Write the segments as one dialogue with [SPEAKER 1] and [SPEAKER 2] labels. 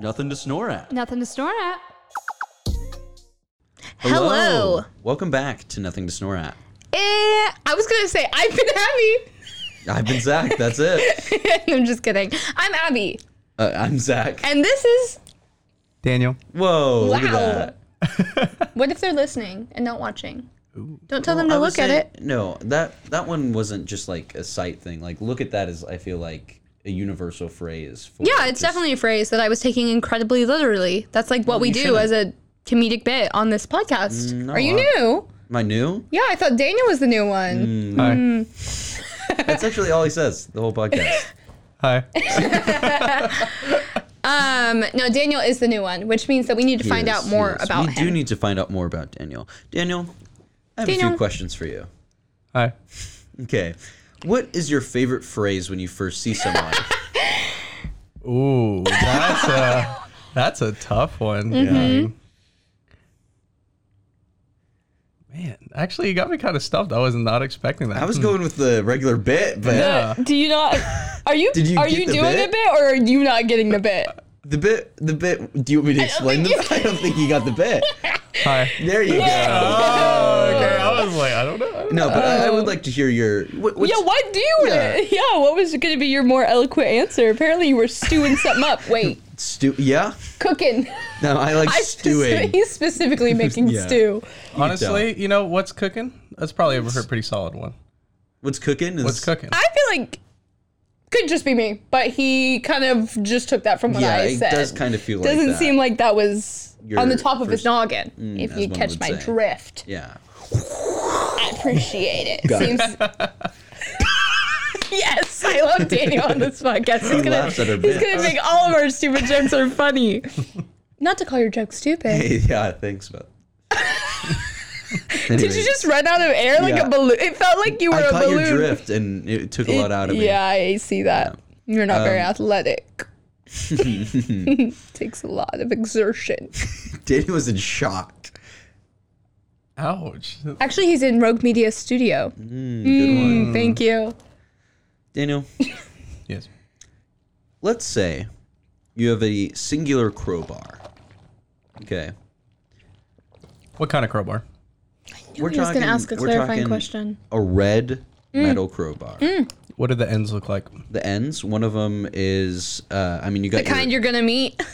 [SPEAKER 1] Nothing to snore at.
[SPEAKER 2] Nothing to snore at.
[SPEAKER 3] Hello.
[SPEAKER 1] Welcome back to Nothing to Snore At.
[SPEAKER 3] Eh, I was gonna say I've been Abby.
[SPEAKER 1] I've been Zach. That's it.
[SPEAKER 3] I'm just kidding. I'm Abby,
[SPEAKER 1] Uh, I'm Zach.
[SPEAKER 3] and this is.
[SPEAKER 4] Daniel.
[SPEAKER 1] Whoa. Look at
[SPEAKER 3] Wow.
[SPEAKER 1] that.
[SPEAKER 3] What if they're listening and not watching? Don't tell them to
[SPEAKER 1] I would
[SPEAKER 3] look at
[SPEAKER 1] say-
[SPEAKER 3] it.
[SPEAKER 1] No, that that one wasn't just like a sight thing. Like, look at that is I feel like a universal phrase. For
[SPEAKER 3] Yeah, it's
[SPEAKER 1] just-
[SPEAKER 3] definitely a phrase that I was taking incredibly literally. That's like what we do
[SPEAKER 1] shouldn't.
[SPEAKER 3] as a comedic bit on this podcast.
[SPEAKER 1] No,
[SPEAKER 3] Are you
[SPEAKER 1] I-
[SPEAKER 3] new?
[SPEAKER 1] Am I new?
[SPEAKER 3] Yeah, I thought Daniel was the new
[SPEAKER 1] Mm.
[SPEAKER 3] one.
[SPEAKER 4] Hi.
[SPEAKER 1] That's actually all he says the whole podcast.
[SPEAKER 4] Hi.
[SPEAKER 3] Um, no, Daniel is the new one, which means that we need to find
[SPEAKER 1] Yes,
[SPEAKER 3] out more
[SPEAKER 1] yes.
[SPEAKER 3] about
[SPEAKER 1] we
[SPEAKER 3] him.
[SPEAKER 1] do need to find out more about Daniel. Daniel, I have a few
[SPEAKER 3] Daniel.
[SPEAKER 1] questions for you.
[SPEAKER 4] Hi.
[SPEAKER 1] Okay. What is your favorite phrase when you first see someone?
[SPEAKER 4] Ooh, that's a that's a tough one. Um, Man, actually, you got me kind of stumped. I was not expecting that. Hmm.
[SPEAKER 1] I was going with the regular bit, but
[SPEAKER 4] Yeah.
[SPEAKER 3] Do you not? Are you,
[SPEAKER 1] Did you
[SPEAKER 3] are
[SPEAKER 1] get
[SPEAKER 3] you
[SPEAKER 1] the
[SPEAKER 3] doing
[SPEAKER 1] bit?
[SPEAKER 3] the bit or are you not getting the bit?
[SPEAKER 1] the bit, the bit. Do you want me to explain the bit? I don't think you got the bit.
[SPEAKER 4] Hi.
[SPEAKER 1] There you go. Uh,
[SPEAKER 4] Okay, I was like, I don't know. I don't know.
[SPEAKER 1] No, but I, I would like to hear your. What, what's,
[SPEAKER 3] Yeah, what do you?
[SPEAKER 1] Yeah.
[SPEAKER 3] Yeah. yeah, what was going to be your more eloquent answer? Apparently, you were stewing something up. Wait,
[SPEAKER 1] Stew? Yeah.
[SPEAKER 3] cooking.
[SPEAKER 1] No, I like
[SPEAKER 3] I
[SPEAKER 1] stewing.
[SPEAKER 3] specif- he's specifically making
[SPEAKER 1] Yeah.
[SPEAKER 3] stew.
[SPEAKER 4] Honestly, you know what's cooking? That's probably a pretty solid one.
[SPEAKER 1] What's cooking? Is,
[SPEAKER 4] What's cooking?
[SPEAKER 3] I feel like could just be me, but he kind of just took that from what
[SPEAKER 1] Yeah,
[SPEAKER 3] I
[SPEAKER 1] it
[SPEAKER 3] said.
[SPEAKER 1] does kind of feel like
[SPEAKER 3] Doesn't
[SPEAKER 1] that.
[SPEAKER 3] seem like that was
[SPEAKER 1] Your
[SPEAKER 3] on the top of
[SPEAKER 1] first- Mm,
[SPEAKER 3] his noggin. if
[SPEAKER 1] as
[SPEAKER 3] you
[SPEAKER 1] one
[SPEAKER 3] catch
[SPEAKER 1] would
[SPEAKER 3] my
[SPEAKER 1] say.
[SPEAKER 3] drift,
[SPEAKER 1] Yeah.
[SPEAKER 3] I appreciate it.
[SPEAKER 1] Got it.
[SPEAKER 3] seems. Yes, I love Daniel on this podcast. He's gonna,
[SPEAKER 1] laughs at her
[SPEAKER 3] he's
[SPEAKER 1] bit.
[SPEAKER 3] gonna make all of our stupid jokes are funny. Not to call your jokes stupid.
[SPEAKER 1] yeah. Thanks, but. anyway,
[SPEAKER 3] Did you just run out of air like
[SPEAKER 1] Yeah.
[SPEAKER 3] a balloon? It felt like you were
[SPEAKER 1] I
[SPEAKER 3] a
[SPEAKER 1] caught
[SPEAKER 3] balloon.
[SPEAKER 1] your drift, and it took a lot out of me. Um,
[SPEAKER 3] yeah, I see that. You're not very athletic. Takes a lot of exertion.
[SPEAKER 1] Danny was in shock.
[SPEAKER 4] Ouch.
[SPEAKER 3] Actually, he's in Rogue Media Studio.
[SPEAKER 1] Hmm,
[SPEAKER 3] Hmm,
[SPEAKER 1] Good one,
[SPEAKER 3] Thank you.
[SPEAKER 1] Daniel.
[SPEAKER 4] Yes.
[SPEAKER 1] let's say you have a singular crowbar. Okay.
[SPEAKER 4] What kind of crowbar?
[SPEAKER 1] We're
[SPEAKER 3] he was gonna ask a
[SPEAKER 1] we're
[SPEAKER 3] clarifying
[SPEAKER 1] talking
[SPEAKER 3] question. Mm.
[SPEAKER 1] A red metal crowbar.
[SPEAKER 4] What do the ends look like?
[SPEAKER 1] The ends, one of them is, uh, I mean, you got
[SPEAKER 3] The kind
[SPEAKER 1] your,
[SPEAKER 3] you're gonna meet.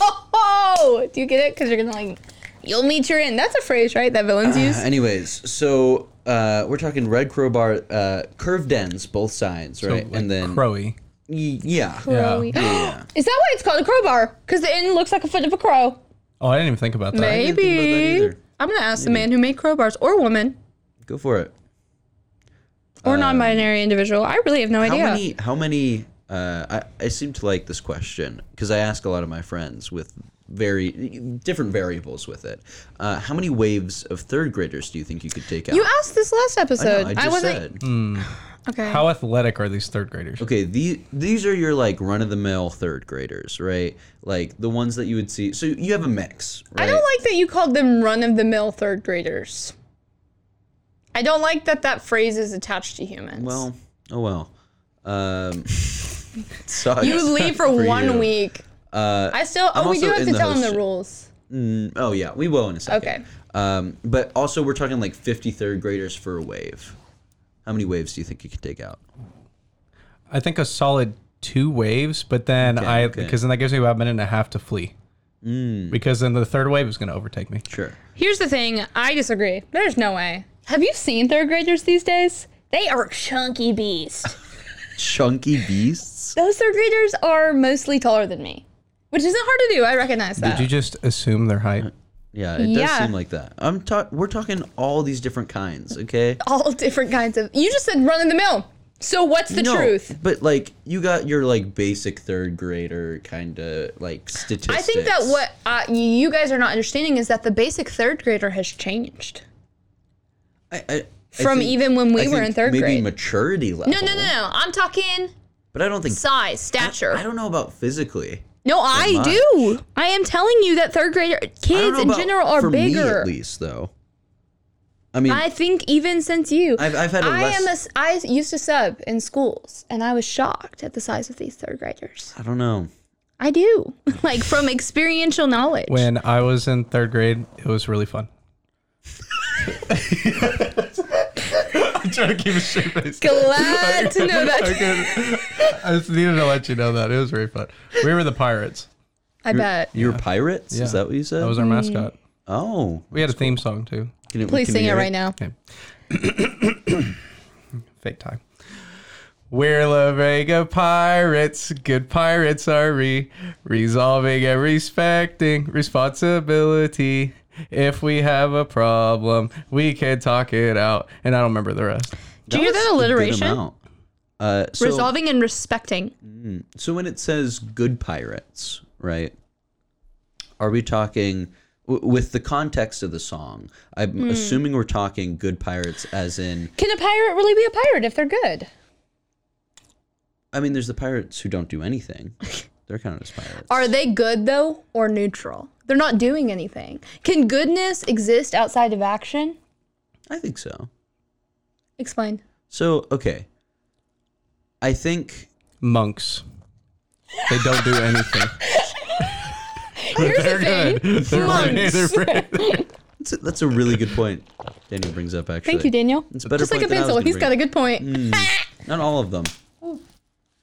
[SPEAKER 3] oh, do you get it? Because you're gonna like, you'll meet your end. That's a phrase, right? That
[SPEAKER 1] Uh,
[SPEAKER 3] villains use.
[SPEAKER 1] Anyways, so uh, we're talking red crowbar, uh, curved ends, both sides, right?
[SPEAKER 4] Like
[SPEAKER 1] and then,
[SPEAKER 4] crowy.
[SPEAKER 1] Y- yeah.
[SPEAKER 4] Yeah.
[SPEAKER 3] Crowley. Is that why it's called a crowbar? Because the end looks like a foot of a crow.
[SPEAKER 4] Oh, I didn't even think about that.
[SPEAKER 1] I didn't think about that
[SPEAKER 3] Maybe.
[SPEAKER 1] either.
[SPEAKER 3] I'm gonna ask the man who made crowbars or woman
[SPEAKER 1] Go for it.
[SPEAKER 3] or non-binary individual. I really have no
[SPEAKER 1] Um, How
[SPEAKER 3] idea.
[SPEAKER 1] many? How many? Uh, I I seem to like this question because I ask a lot of my friends with very different variables with it. Uh, how many waves of third graders do you think you could take out?
[SPEAKER 3] You asked this last
[SPEAKER 1] I, know,
[SPEAKER 3] episode.
[SPEAKER 1] I
[SPEAKER 3] I,
[SPEAKER 1] just
[SPEAKER 3] wasn't
[SPEAKER 1] said.
[SPEAKER 3] okay.
[SPEAKER 4] How athletic are these third graders?
[SPEAKER 1] Okay, these these are your like run of the mill third graders, right? Like the ones that you would see. So you have a mix, right?
[SPEAKER 3] I don't like that you called them run-of-the-mill third graders. I don't like that that phrase is attached to humans.
[SPEAKER 1] Well, oh well. Um, sucks.
[SPEAKER 3] you leave for,
[SPEAKER 1] for
[SPEAKER 3] one
[SPEAKER 1] you. Uh,
[SPEAKER 3] week. I still.
[SPEAKER 1] I'm
[SPEAKER 3] Oh, we do
[SPEAKER 1] also
[SPEAKER 3] have
[SPEAKER 1] in
[SPEAKER 3] to
[SPEAKER 1] the
[SPEAKER 3] tell them
[SPEAKER 1] host-
[SPEAKER 3] the rules.
[SPEAKER 1] Mm, oh yeah, we will in a second.
[SPEAKER 3] Okay.
[SPEAKER 1] Um, but also we're talking like 53rd graders for a wave. How many waves do you think you could take out?
[SPEAKER 4] I think a solid two waves, but then I
[SPEAKER 1] okay.
[SPEAKER 4] because then that gives me about a minute and a half to flee. Because then the third wave is going to overtake me.
[SPEAKER 1] Sure.
[SPEAKER 3] Here's the thing I disagree. There's no way. Have you seen third graders these days? They are chunky beasts.
[SPEAKER 1] Chunky beasts.
[SPEAKER 3] Those third graders are mostly taller than me, which isn't hard to do. I recognize that.
[SPEAKER 4] Did you just assume their height?
[SPEAKER 1] Yeah, it does
[SPEAKER 3] Yeah.
[SPEAKER 1] seem like that. I'm ta- We're talking all these different kinds. Okay.
[SPEAKER 3] All different kinds of. You just said run in the mill. So what's the
[SPEAKER 1] No,
[SPEAKER 3] truth?
[SPEAKER 1] But like you got your like basic third grader kind of like statistics.
[SPEAKER 3] I think that what uh, you guys are not understanding is that the basic third grader has changed.
[SPEAKER 1] I, I, I
[SPEAKER 3] From even when we
[SPEAKER 1] I
[SPEAKER 3] were
[SPEAKER 1] think
[SPEAKER 3] in third
[SPEAKER 1] maybe
[SPEAKER 3] grade.
[SPEAKER 1] maturity level.
[SPEAKER 3] No, no, no, no. I'm talking
[SPEAKER 1] But I don't think
[SPEAKER 3] size,
[SPEAKER 1] I-
[SPEAKER 3] stature.
[SPEAKER 1] I don't know about physically.
[SPEAKER 3] no, I
[SPEAKER 1] much.
[SPEAKER 3] do. I am telling you that third grader
[SPEAKER 1] I don't
[SPEAKER 3] kids
[SPEAKER 1] know
[SPEAKER 3] in
[SPEAKER 1] about-
[SPEAKER 3] general are
[SPEAKER 1] for
[SPEAKER 3] bigger.
[SPEAKER 1] Me at least though. I mean,
[SPEAKER 3] I think even since you,
[SPEAKER 1] I've- I've had a
[SPEAKER 3] I
[SPEAKER 1] less-
[SPEAKER 3] am a s- I used to sub in schools, and I was shocked at the size of these third graders.
[SPEAKER 1] I don't know.
[SPEAKER 3] I do, like from experiential knowledge.
[SPEAKER 4] When I was in third grade, it was really fun. I'm trying to keep a straight face.
[SPEAKER 3] Glad to know
[SPEAKER 4] I,
[SPEAKER 3] that.
[SPEAKER 4] couldn't- I just needed to let you know that it was very fun. We were the pirates.
[SPEAKER 3] I bet.
[SPEAKER 1] You were pirates? Is
[SPEAKER 4] Yeah.
[SPEAKER 1] that what you said?
[SPEAKER 4] That was our mascot.
[SPEAKER 1] oh.
[SPEAKER 4] We had a theme song too.
[SPEAKER 1] Can it,
[SPEAKER 3] Please
[SPEAKER 1] can we
[SPEAKER 3] sing it
[SPEAKER 1] hear
[SPEAKER 3] right now.
[SPEAKER 4] Okay. Fake time. We're La Vega pirates. Good pirates are we, resolving and respecting responsibility. If we have a problem, we can talk it out. And I don't remember the rest.
[SPEAKER 3] Do you hear
[SPEAKER 1] was
[SPEAKER 3] that
[SPEAKER 1] a good
[SPEAKER 3] alliteration?
[SPEAKER 1] amount. Uh, so,
[SPEAKER 3] Resolving and respecting.
[SPEAKER 1] So when it says good pirates, right? Are we talking w- with the context of the song? I'm
[SPEAKER 3] Hmm.
[SPEAKER 1] assuming we're talking good pirates, as in,
[SPEAKER 3] Can a pirate really be a pirate if they're good?
[SPEAKER 1] I mean, there's the pirates who don't do anything. They're counted as pirates.
[SPEAKER 3] Are they good though, or neutral? They're not doing anything. Can goodness exist outside of action?
[SPEAKER 1] I think so.
[SPEAKER 3] Explain.
[SPEAKER 1] So okay, I think
[SPEAKER 4] Monks. They don't do anything.
[SPEAKER 3] Here's the thing.
[SPEAKER 4] They're
[SPEAKER 3] Monks.
[SPEAKER 4] they're
[SPEAKER 1] that's a, that's a really good point. Daniel brings up actually.
[SPEAKER 3] Thank you, Daniel.
[SPEAKER 1] It's a better
[SPEAKER 3] Just like a
[SPEAKER 1] point than I was
[SPEAKER 3] pencil.
[SPEAKER 1] gonna Mm.
[SPEAKER 3] He's got a
[SPEAKER 1] bring
[SPEAKER 3] good point.
[SPEAKER 1] up. Not all of them.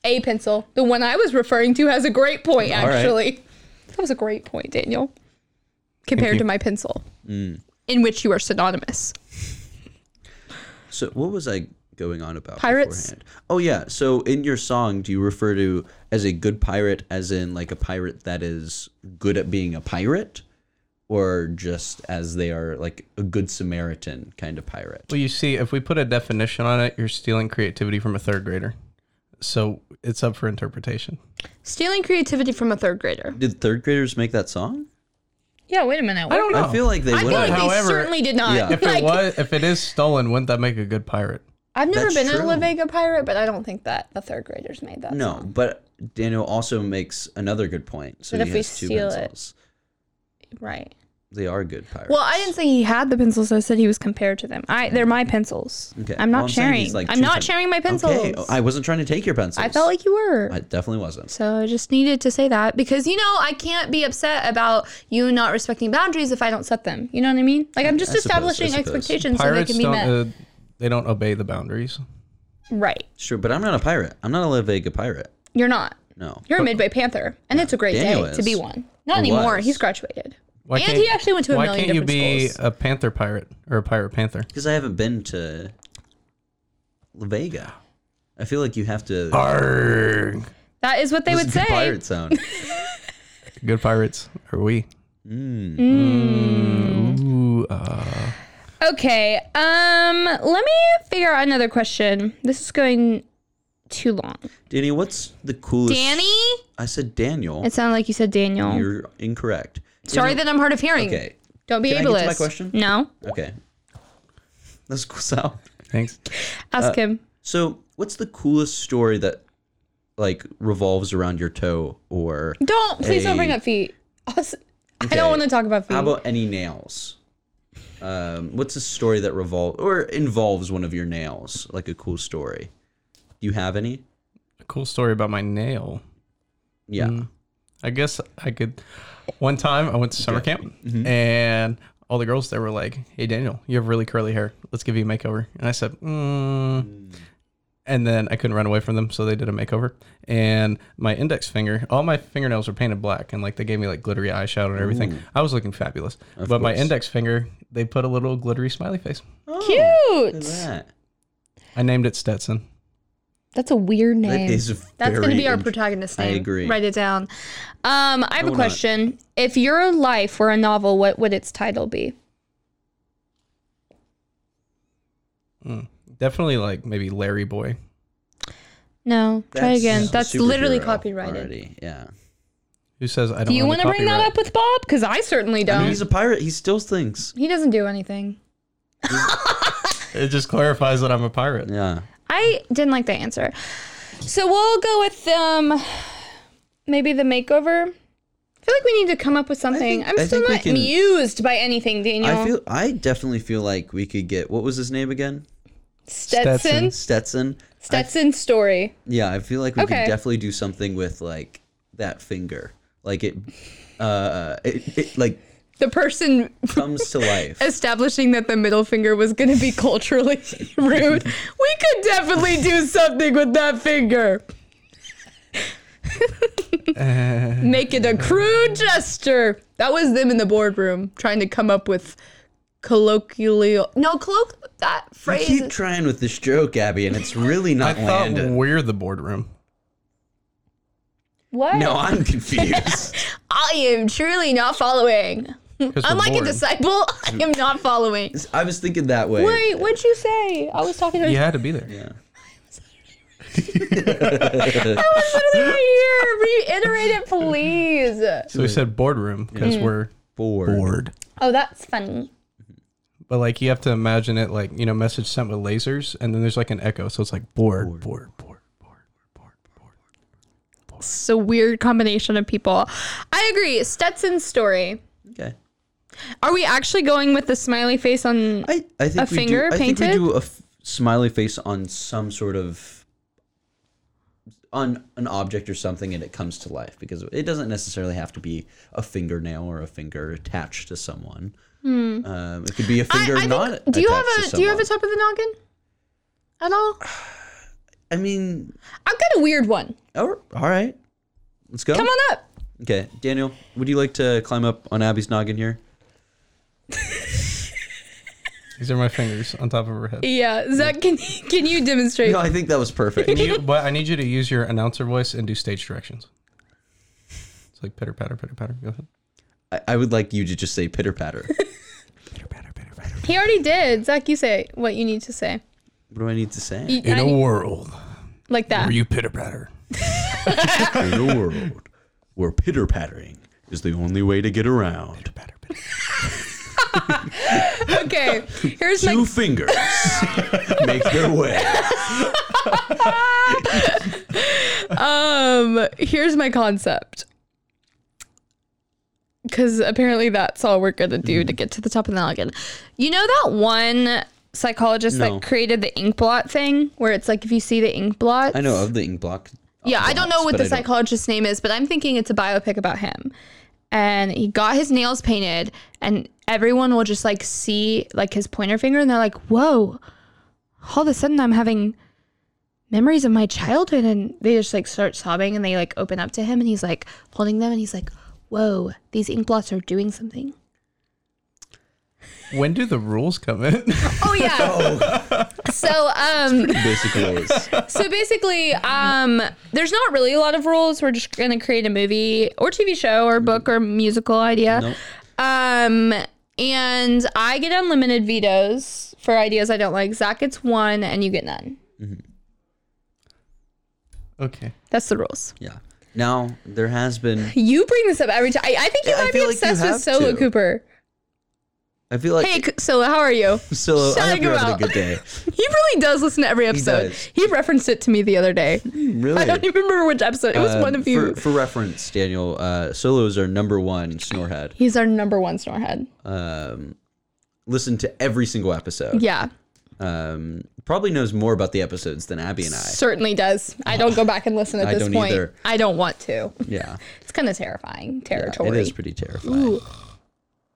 [SPEAKER 3] a pencil. The one I was referring to has a great point,
[SPEAKER 1] All right.
[SPEAKER 3] actually. That was a great point, Daniel, compared
[SPEAKER 4] you.
[SPEAKER 3] to my pencil,
[SPEAKER 1] Mm.
[SPEAKER 3] in which you are synonymous.
[SPEAKER 1] So what was I going on about
[SPEAKER 3] Pirates?
[SPEAKER 1] beforehand? Oh yeah. So in your song, do you refer to as a good pirate as in like a pirate that is good at being a pirate? Or just as they are like a good Samaritan kind of pirate.
[SPEAKER 4] Well, you see, if we put a definition on it, you're stealing creativity from a third grader. So it's up for interpretation.
[SPEAKER 3] Stealing creativity from a third grader.
[SPEAKER 1] Did third graders make that song?
[SPEAKER 3] Yeah, wait a minute.
[SPEAKER 4] I don't know.
[SPEAKER 1] I feel like they
[SPEAKER 3] I
[SPEAKER 1] would
[SPEAKER 3] feel like
[SPEAKER 1] have.
[SPEAKER 3] they
[SPEAKER 4] However,
[SPEAKER 3] certainly did not.
[SPEAKER 1] yeah.
[SPEAKER 4] if
[SPEAKER 3] Like,
[SPEAKER 4] it was, if it is stolen, wouldn't that make a good pirate?
[SPEAKER 3] I've never
[SPEAKER 1] That's
[SPEAKER 3] been a La
[SPEAKER 1] true.
[SPEAKER 3] Vega pirate, but I don't think that the third graders made that.
[SPEAKER 1] No, but Daniel also makes another good point. So
[SPEAKER 3] But
[SPEAKER 1] he
[SPEAKER 3] if we
[SPEAKER 1] has two
[SPEAKER 3] steal it-
[SPEAKER 1] pencils.
[SPEAKER 3] Right.
[SPEAKER 1] They are good pirates.
[SPEAKER 3] Well, I didn't say he had the pencils. I said he was compared to them. I they're my pencils.
[SPEAKER 1] Okay.
[SPEAKER 3] I'm not
[SPEAKER 1] Well, saying
[SPEAKER 3] sharing.
[SPEAKER 1] he's, like,
[SPEAKER 3] I'm
[SPEAKER 1] two
[SPEAKER 3] not
[SPEAKER 1] pen-
[SPEAKER 3] sharing my pencils.
[SPEAKER 1] Okay. Oh, I wasn't trying to take your pencils.
[SPEAKER 3] I felt like you were.
[SPEAKER 1] I definitely wasn't.
[SPEAKER 3] So I just needed to say that because you know I can't be upset about you not respecting boundaries if I don't set them. You know what I mean? Like I'm just
[SPEAKER 1] I suppose, I
[SPEAKER 3] establishing
[SPEAKER 1] suppose.
[SPEAKER 3] expectations so they
[SPEAKER 4] Pirates
[SPEAKER 3] can be
[SPEAKER 4] don't.
[SPEAKER 3] met.
[SPEAKER 4] Uh, they don't obey the boundaries.
[SPEAKER 3] right.
[SPEAKER 1] Sure, but I'm not a pirate. I'm not a La Vega pirate.
[SPEAKER 3] You're not.
[SPEAKER 1] No.
[SPEAKER 3] You're a Midway Panther, and it's a great
[SPEAKER 1] Daniel
[SPEAKER 3] day to be
[SPEAKER 1] is.
[SPEAKER 3] one.
[SPEAKER 1] Or
[SPEAKER 3] Not anymore.
[SPEAKER 1] was.
[SPEAKER 3] He's graduated.
[SPEAKER 4] Why
[SPEAKER 3] and
[SPEAKER 4] can't-
[SPEAKER 3] he actually went to a
[SPEAKER 4] Why
[SPEAKER 3] million
[SPEAKER 4] can't you
[SPEAKER 3] different
[SPEAKER 4] be
[SPEAKER 3] schools.
[SPEAKER 4] a panther pirate or a pirate panther?
[SPEAKER 1] Because I haven't been to La Vega. I feel like you have to.
[SPEAKER 4] Arrgh.
[SPEAKER 3] that is what they
[SPEAKER 1] This
[SPEAKER 3] would
[SPEAKER 1] is the
[SPEAKER 3] say.
[SPEAKER 1] pirate sound.
[SPEAKER 4] Good pirates are we?
[SPEAKER 3] Mm.
[SPEAKER 4] Ooh, uh,
[SPEAKER 3] Okay. Um. Let me figure out another question. This is going too long.
[SPEAKER 1] Danny, what's the coolest?
[SPEAKER 3] Danny.
[SPEAKER 1] I said Daniel.
[SPEAKER 3] It sounded like you said Daniel.
[SPEAKER 1] You're incorrect.
[SPEAKER 3] Sorry that I'm hard of hearing.
[SPEAKER 1] Okay.
[SPEAKER 3] Don't be
[SPEAKER 1] Can I get
[SPEAKER 3] ableist.
[SPEAKER 1] to my question?
[SPEAKER 3] No.
[SPEAKER 1] Okay. That's cool sound.
[SPEAKER 4] thanks.
[SPEAKER 3] Ask
[SPEAKER 1] Uh,
[SPEAKER 3] him.
[SPEAKER 1] So, what's the coolest story that like revolves around your toe or
[SPEAKER 3] Don't please don't bring
[SPEAKER 1] Hey.
[SPEAKER 3] up feet. Us- I
[SPEAKER 1] Okay.
[SPEAKER 3] don't want to talk about feet.
[SPEAKER 1] how about any nails? Um, what's a story that revolves or involves one of your nails? Like a cool story. Do you have any?
[SPEAKER 4] A cool story about my nail.
[SPEAKER 1] Yeah.
[SPEAKER 4] I guess I could. One time I went to summer camp
[SPEAKER 1] Mm-hmm.
[SPEAKER 4] and all the girls there were like, "Hey Daniel, you have really curly hair. Let's give you a makeover." And I said, mm, and then I couldn't run away from them, so they did a makeover. And my index finger, all my fingernails were painted black, and like they gave me like glittery eyeshadow and everything. I was looking fabulous, but my
[SPEAKER 1] course.
[SPEAKER 4] index finger, they put a little glittery smiley face.
[SPEAKER 1] Oh,
[SPEAKER 3] Cute.
[SPEAKER 1] look at that.
[SPEAKER 4] I named it Stetson.
[SPEAKER 3] That's a weird name.
[SPEAKER 1] That is
[SPEAKER 3] That's
[SPEAKER 1] going to
[SPEAKER 3] be our protagonist
[SPEAKER 1] I
[SPEAKER 3] name.
[SPEAKER 1] agree.
[SPEAKER 3] Write it down. Um, I have
[SPEAKER 1] will
[SPEAKER 3] a
[SPEAKER 1] not.
[SPEAKER 3] question. If your life were a novel, what would its title be?
[SPEAKER 4] Definitely like maybe Larry Boy.
[SPEAKER 3] No, try again. That's literally
[SPEAKER 1] superhero
[SPEAKER 3] copyrighted.
[SPEAKER 1] already, Yeah.
[SPEAKER 4] Who says I don't?
[SPEAKER 3] Do you
[SPEAKER 4] want to
[SPEAKER 3] bring that up with Bob? Because I certainly
[SPEAKER 1] I
[SPEAKER 3] don't.
[SPEAKER 1] mean, he's a pirate. He steals things.
[SPEAKER 3] he doesn't do anything.
[SPEAKER 4] It just clarifies that I'm a pirate.
[SPEAKER 1] Yeah.
[SPEAKER 3] I didn't like the answer. So we'll go with um, maybe the makeover. I feel like we need to come up with something.
[SPEAKER 1] think-
[SPEAKER 3] I'm
[SPEAKER 1] I
[SPEAKER 3] still
[SPEAKER 1] think we
[SPEAKER 3] not
[SPEAKER 1] can-
[SPEAKER 3] amused by anything, Daniel.
[SPEAKER 1] I feel. I definitely feel like we could get what was his name again?
[SPEAKER 3] Stetson.
[SPEAKER 4] Stetson.
[SPEAKER 1] Stetson.
[SPEAKER 3] Stetson's story.
[SPEAKER 1] Yeah, I feel like we
[SPEAKER 3] Okay.
[SPEAKER 1] could definitely do something with like that finger. Like it. Uh, it, it like
[SPEAKER 3] The person
[SPEAKER 1] comes to life.
[SPEAKER 3] establishing that the middle finger was going to be culturally rude. We could definitely do something with that finger. Make it a crude gesture. That was them in the boardroom trying to come up with colloquial. No, colloquial. That
[SPEAKER 1] I
[SPEAKER 3] phrase.
[SPEAKER 1] keep trying with this joke, Abby, and it's really
[SPEAKER 4] I
[SPEAKER 1] not
[SPEAKER 4] thought
[SPEAKER 1] landing.
[SPEAKER 4] we're the boardroom.
[SPEAKER 3] what?
[SPEAKER 1] No, I'm confused.
[SPEAKER 3] I am truly not following.
[SPEAKER 4] 'cause we're
[SPEAKER 3] Unlike a
[SPEAKER 4] bored.
[SPEAKER 3] disciple, I am not following.
[SPEAKER 1] I was thinking that way.
[SPEAKER 3] Wait, what'd you say? I was talking to
[SPEAKER 4] You had to be there.
[SPEAKER 3] was literally right here. Reiterate it, please.
[SPEAKER 4] So we said boardroom because we're
[SPEAKER 1] Bored.
[SPEAKER 4] bored.
[SPEAKER 3] Oh, that's funny.
[SPEAKER 4] But like you have to imagine it like you know message sent with lasers, and then there's like an echo, so it's like bored, bored, bored, bored, bored, bored.
[SPEAKER 3] It's a weird combination of people. I agree. Stetson's story.
[SPEAKER 1] Okay.
[SPEAKER 3] Are we actually going with the smiley face on?
[SPEAKER 1] I, I think
[SPEAKER 3] A
[SPEAKER 1] we
[SPEAKER 3] finger
[SPEAKER 1] do, I
[SPEAKER 3] painted?
[SPEAKER 1] think we do a f- smiley face on some sort of on an object or something, and it comes to life because it doesn't necessarily have to be a fingernail or a finger attached to someone. Um, it could be a finger
[SPEAKER 3] Hmm. I, I
[SPEAKER 1] not.
[SPEAKER 3] think, do you have
[SPEAKER 1] attached to
[SPEAKER 3] a Do you have a
[SPEAKER 1] someone.
[SPEAKER 3] top of the noggin? At all?
[SPEAKER 1] I mean,
[SPEAKER 3] I've got a weird one.
[SPEAKER 1] oh, all right. Let's go.
[SPEAKER 3] Come on up.
[SPEAKER 1] Okay, Daniel, would you like to climb up on Abby's noggin here?
[SPEAKER 4] These are my fingers on top of her head.
[SPEAKER 3] Yeah, Zach, can can you demonstrate?
[SPEAKER 1] No, I think that was perfect.
[SPEAKER 4] Can you? But I need you to use your announcer voice and do stage directions. It's like pitter patter, pitter patter. Go ahead.
[SPEAKER 1] I, I would like you to just say pitter patter.
[SPEAKER 4] Pitter patter, pitter patter.
[SPEAKER 3] He already did. Zach, you say what you need to say.
[SPEAKER 1] what do I need to say?
[SPEAKER 3] You- I
[SPEAKER 4] In a
[SPEAKER 3] need-
[SPEAKER 4] world
[SPEAKER 3] like that.
[SPEAKER 4] where you pitter patter,
[SPEAKER 1] in a world where pitter pattering is the only way to get around.
[SPEAKER 4] patter, pitter.
[SPEAKER 3] okay, here's my
[SPEAKER 1] Two fingers make their way.
[SPEAKER 3] Um, here's my concept. Because apparently that's all we're gonna do
[SPEAKER 1] Mm-hmm.
[SPEAKER 3] to get to the top of the noggin. You know that one psychologist
[SPEAKER 1] No.
[SPEAKER 3] that created the ink blot thing, where it's like if you see the ink blot.
[SPEAKER 1] I know of the ink block.
[SPEAKER 3] Yeah, I don't know what
[SPEAKER 1] but
[SPEAKER 3] the
[SPEAKER 1] I don't-
[SPEAKER 3] psychologist's name is, but I'm thinking it's a biopic about him. And he got his nails painted, and everyone will just like see like his pointer finger, and they're like, "Whoa!" All of a sudden, I'm having memories of my childhood, and they just like start sobbing, and they like open up to him, and he's like holding them, and he's like, "Whoa, these ink blots are doing something."
[SPEAKER 4] When do the rules come in?
[SPEAKER 3] Oh yeah. So um.
[SPEAKER 1] Basic rules.
[SPEAKER 3] so basically, um, there's not really a lot of rules. We're just gonna create a movie or TV show or book or musical idea.
[SPEAKER 1] Mm-hmm. Nope.
[SPEAKER 3] Um, and I get unlimited vetoes for ideas I don't like. Zach gets one, and you get none.
[SPEAKER 4] okay.
[SPEAKER 3] That's the rules.
[SPEAKER 1] Yeah. Now there has been.
[SPEAKER 3] You bring this up every time. I, I think you
[SPEAKER 1] Yeah, I
[SPEAKER 3] might be
[SPEAKER 1] feel like you
[SPEAKER 3] obsessed with
[SPEAKER 1] have
[SPEAKER 3] Solo
[SPEAKER 1] to.
[SPEAKER 3] Cooper.
[SPEAKER 1] I feel like
[SPEAKER 3] Hey, C- Solo, how are you?
[SPEAKER 1] so. I
[SPEAKER 3] shouting
[SPEAKER 1] hope you're
[SPEAKER 3] him
[SPEAKER 1] having
[SPEAKER 3] out.
[SPEAKER 1] a good day.
[SPEAKER 3] He really does listen to every episode.
[SPEAKER 1] does.
[SPEAKER 3] He, referenced it to me the other day.
[SPEAKER 1] Really.
[SPEAKER 3] I don't even remember which episode. It was
[SPEAKER 1] Um,
[SPEAKER 3] one of you.
[SPEAKER 1] For, for reference, Daniel, uh, solos are number one snorehead.
[SPEAKER 3] He's our number one snorehead.
[SPEAKER 1] Um, listen to every single episode.
[SPEAKER 3] Yeah.
[SPEAKER 1] Um, probably knows more about the episodes than Abby and I.
[SPEAKER 3] Certainly does. I don't go back and listen at
[SPEAKER 1] I
[SPEAKER 3] this
[SPEAKER 1] don't
[SPEAKER 3] point.
[SPEAKER 1] either.
[SPEAKER 3] I don't want to.
[SPEAKER 1] Yeah.
[SPEAKER 3] It's kind of terrifying
[SPEAKER 1] Yeah,
[SPEAKER 3] territory.
[SPEAKER 1] It is pretty terrifying.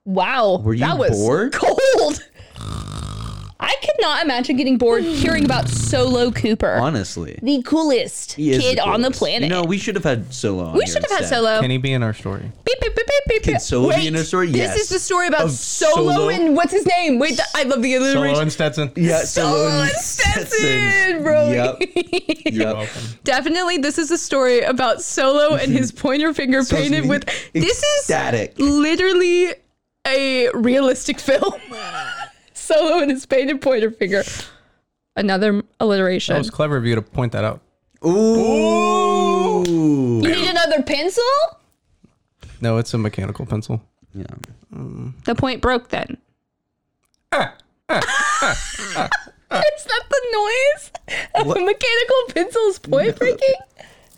[SPEAKER 3] Wow.
[SPEAKER 1] Were you
[SPEAKER 3] that was
[SPEAKER 1] bored?
[SPEAKER 3] cold. I could not imagine getting bored hearing about Solo Cooper,
[SPEAKER 1] Honestly,
[SPEAKER 3] the coolest
[SPEAKER 1] He is
[SPEAKER 3] kid on the
[SPEAKER 1] coolest.
[SPEAKER 3] planet.
[SPEAKER 1] No, we should have had Solo. On
[SPEAKER 3] we
[SPEAKER 1] here
[SPEAKER 3] should have had
[SPEAKER 1] instead.
[SPEAKER 3] Solo.
[SPEAKER 4] Can he be in our story?
[SPEAKER 3] Beep, beep, beep, beep, beep,
[SPEAKER 1] Can
[SPEAKER 3] beep.
[SPEAKER 1] Solo be in a story?
[SPEAKER 3] This
[SPEAKER 1] Yes.
[SPEAKER 3] is the story about
[SPEAKER 1] Of
[SPEAKER 3] Solo,
[SPEAKER 1] Solo.
[SPEAKER 3] and what's his name? Wait, the, I love the
[SPEAKER 4] Solo
[SPEAKER 3] alliteration.
[SPEAKER 4] and Stetson.
[SPEAKER 1] Yeah,
[SPEAKER 3] Solo and Stetson, bro.
[SPEAKER 1] Yep.
[SPEAKER 4] You're
[SPEAKER 1] yep.
[SPEAKER 4] welcome.
[SPEAKER 3] Definitely, this is a story about Solo
[SPEAKER 4] Mhm.
[SPEAKER 3] and his pointer finger
[SPEAKER 1] it's
[SPEAKER 3] painted with. This
[SPEAKER 1] ecstatic.
[SPEAKER 3] is literally a realistic film. Solo and his painted pointer finger. Another alliteration.
[SPEAKER 4] That was clever of you to point that out.
[SPEAKER 1] Ooh.
[SPEAKER 3] you need another pencil?
[SPEAKER 4] No, it's a mechanical pencil.
[SPEAKER 1] Yeah.
[SPEAKER 3] The point broke then.
[SPEAKER 4] Ah,
[SPEAKER 3] Is that the noise of a mechanical pencil's point breaking?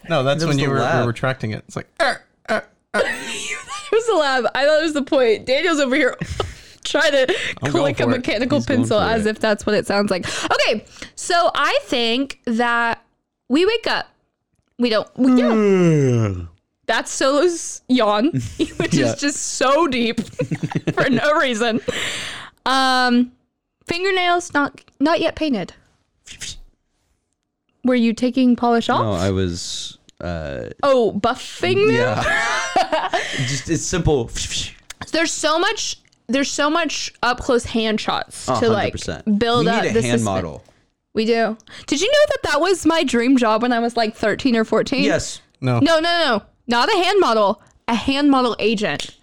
[SPEAKER 4] No, that's
[SPEAKER 1] That
[SPEAKER 4] when
[SPEAKER 1] was
[SPEAKER 4] you
[SPEAKER 1] the
[SPEAKER 4] were, were
[SPEAKER 1] lab.
[SPEAKER 4] retracting it. It's like, "Er."
[SPEAKER 3] It was the lab. I thought it was the point. Daniel's over here trying to
[SPEAKER 4] I'm going
[SPEAKER 3] click a
[SPEAKER 4] for it.
[SPEAKER 3] mechanical
[SPEAKER 1] He's going
[SPEAKER 3] pencil
[SPEAKER 1] for
[SPEAKER 3] as
[SPEAKER 1] it.
[SPEAKER 3] if that's what it sounds like. Okay, so I think that we wake up. We don't. We
[SPEAKER 1] Mm.
[SPEAKER 3] don't. That's Solo's yawn, which
[SPEAKER 1] Yeah.
[SPEAKER 3] is just so deep for no reason. Um, fingernails not not yet painted. Were you taking polish
[SPEAKER 1] No,
[SPEAKER 3] off?
[SPEAKER 1] I was. Uh,
[SPEAKER 3] Oh, buffing them.
[SPEAKER 1] yeah. Just it's simple.
[SPEAKER 3] there's so much there's so much up close hand shots to like
[SPEAKER 1] 100%.
[SPEAKER 3] build
[SPEAKER 1] we
[SPEAKER 3] up
[SPEAKER 1] need a
[SPEAKER 3] the
[SPEAKER 1] hand
[SPEAKER 3] suspen-
[SPEAKER 1] model.
[SPEAKER 3] We do. Did you know that that was my dream job when I was like 13 or 14?
[SPEAKER 1] Yes.
[SPEAKER 4] no.
[SPEAKER 3] No, no, no. Not a hand model, a hand model agent.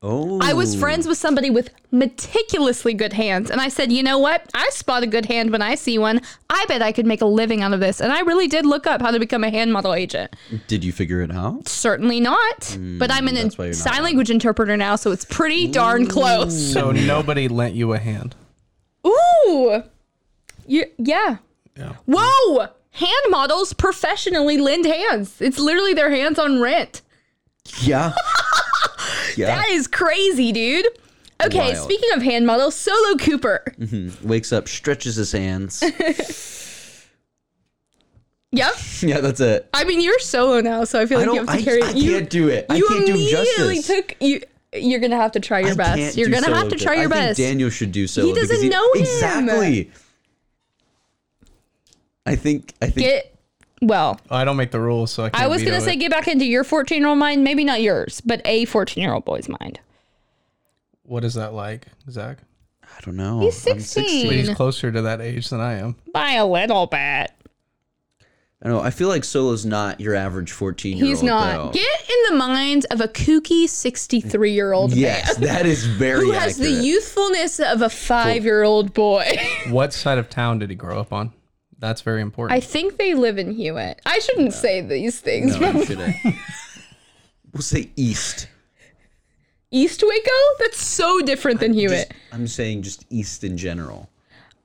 [SPEAKER 1] Oh.
[SPEAKER 3] I was friends with somebody with meticulously good hands and I said, "You know what? I spot a good hand when I see one. I bet I could make a living out of this." And I really did look up how to become a hand model agent.
[SPEAKER 1] Did you figure it out?
[SPEAKER 3] Certainly not, but I'm an in-
[SPEAKER 1] Hmm, why you're not
[SPEAKER 3] sign language interpreter now, so it's pretty darn close.
[SPEAKER 4] So nobody lent you a hand.
[SPEAKER 3] Ooh. You, yeah.
[SPEAKER 4] Yeah.
[SPEAKER 3] Whoa! Hand models professionally lend hands. It's literally their hands on rent.
[SPEAKER 1] Yeah. yeah.
[SPEAKER 3] That is crazy, dude. Okay,
[SPEAKER 1] Wild.
[SPEAKER 3] speaking of hand models, Solo Cooper.
[SPEAKER 1] Wakes up, stretches his hands.
[SPEAKER 3] Yep.
[SPEAKER 1] yeah, that's it.
[SPEAKER 3] I mean, you're solo now, so I feel
[SPEAKER 1] I
[SPEAKER 3] like you
[SPEAKER 1] don't.
[SPEAKER 3] have to
[SPEAKER 1] I,
[SPEAKER 3] carry
[SPEAKER 1] I
[SPEAKER 3] you,
[SPEAKER 1] can't do it. I
[SPEAKER 3] you
[SPEAKER 1] can't do him
[SPEAKER 3] immediately
[SPEAKER 1] justice.
[SPEAKER 3] took you. You're gonna have to try your
[SPEAKER 1] I
[SPEAKER 3] best.
[SPEAKER 1] can't
[SPEAKER 3] You're
[SPEAKER 1] do
[SPEAKER 3] gonna
[SPEAKER 1] solo
[SPEAKER 3] have to
[SPEAKER 1] good.
[SPEAKER 3] try your
[SPEAKER 1] I think
[SPEAKER 3] best.
[SPEAKER 1] Daniel should do so.
[SPEAKER 3] doesn't know him.
[SPEAKER 1] Exactly. I think. I think.
[SPEAKER 3] Get well.
[SPEAKER 4] I don't make the rules, so I can't
[SPEAKER 3] I was
[SPEAKER 4] veto
[SPEAKER 3] gonna say
[SPEAKER 4] it.
[SPEAKER 3] get back into your 14 year old mind, maybe not yours, but a 14 year old boy's mind.
[SPEAKER 4] What is that like, Zach?
[SPEAKER 1] I don't know.
[SPEAKER 3] He's
[SPEAKER 1] I'm
[SPEAKER 3] 16.
[SPEAKER 4] But he's closer to that age than I am.
[SPEAKER 3] By a little bit.
[SPEAKER 1] I don't know. I feel like Solo's not your average fourteen-year-old.
[SPEAKER 3] He's not.
[SPEAKER 1] Though.
[SPEAKER 3] Get in the mind of a kooky 63 year old
[SPEAKER 1] Yes, that is very.
[SPEAKER 3] who has the
[SPEAKER 1] accurate.
[SPEAKER 3] youthfulness of a five year old boy.
[SPEAKER 4] What side of town did he grow up on? That's very
[SPEAKER 3] I
[SPEAKER 4] important.
[SPEAKER 3] think they live in Hewitt. I shouldn't say these things.
[SPEAKER 1] No,
[SPEAKER 3] but
[SPEAKER 1] you shouldn't. we'll say East.
[SPEAKER 3] East Waco? That's so different than Hewitt.
[SPEAKER 1] Just- I'm saying just East in general.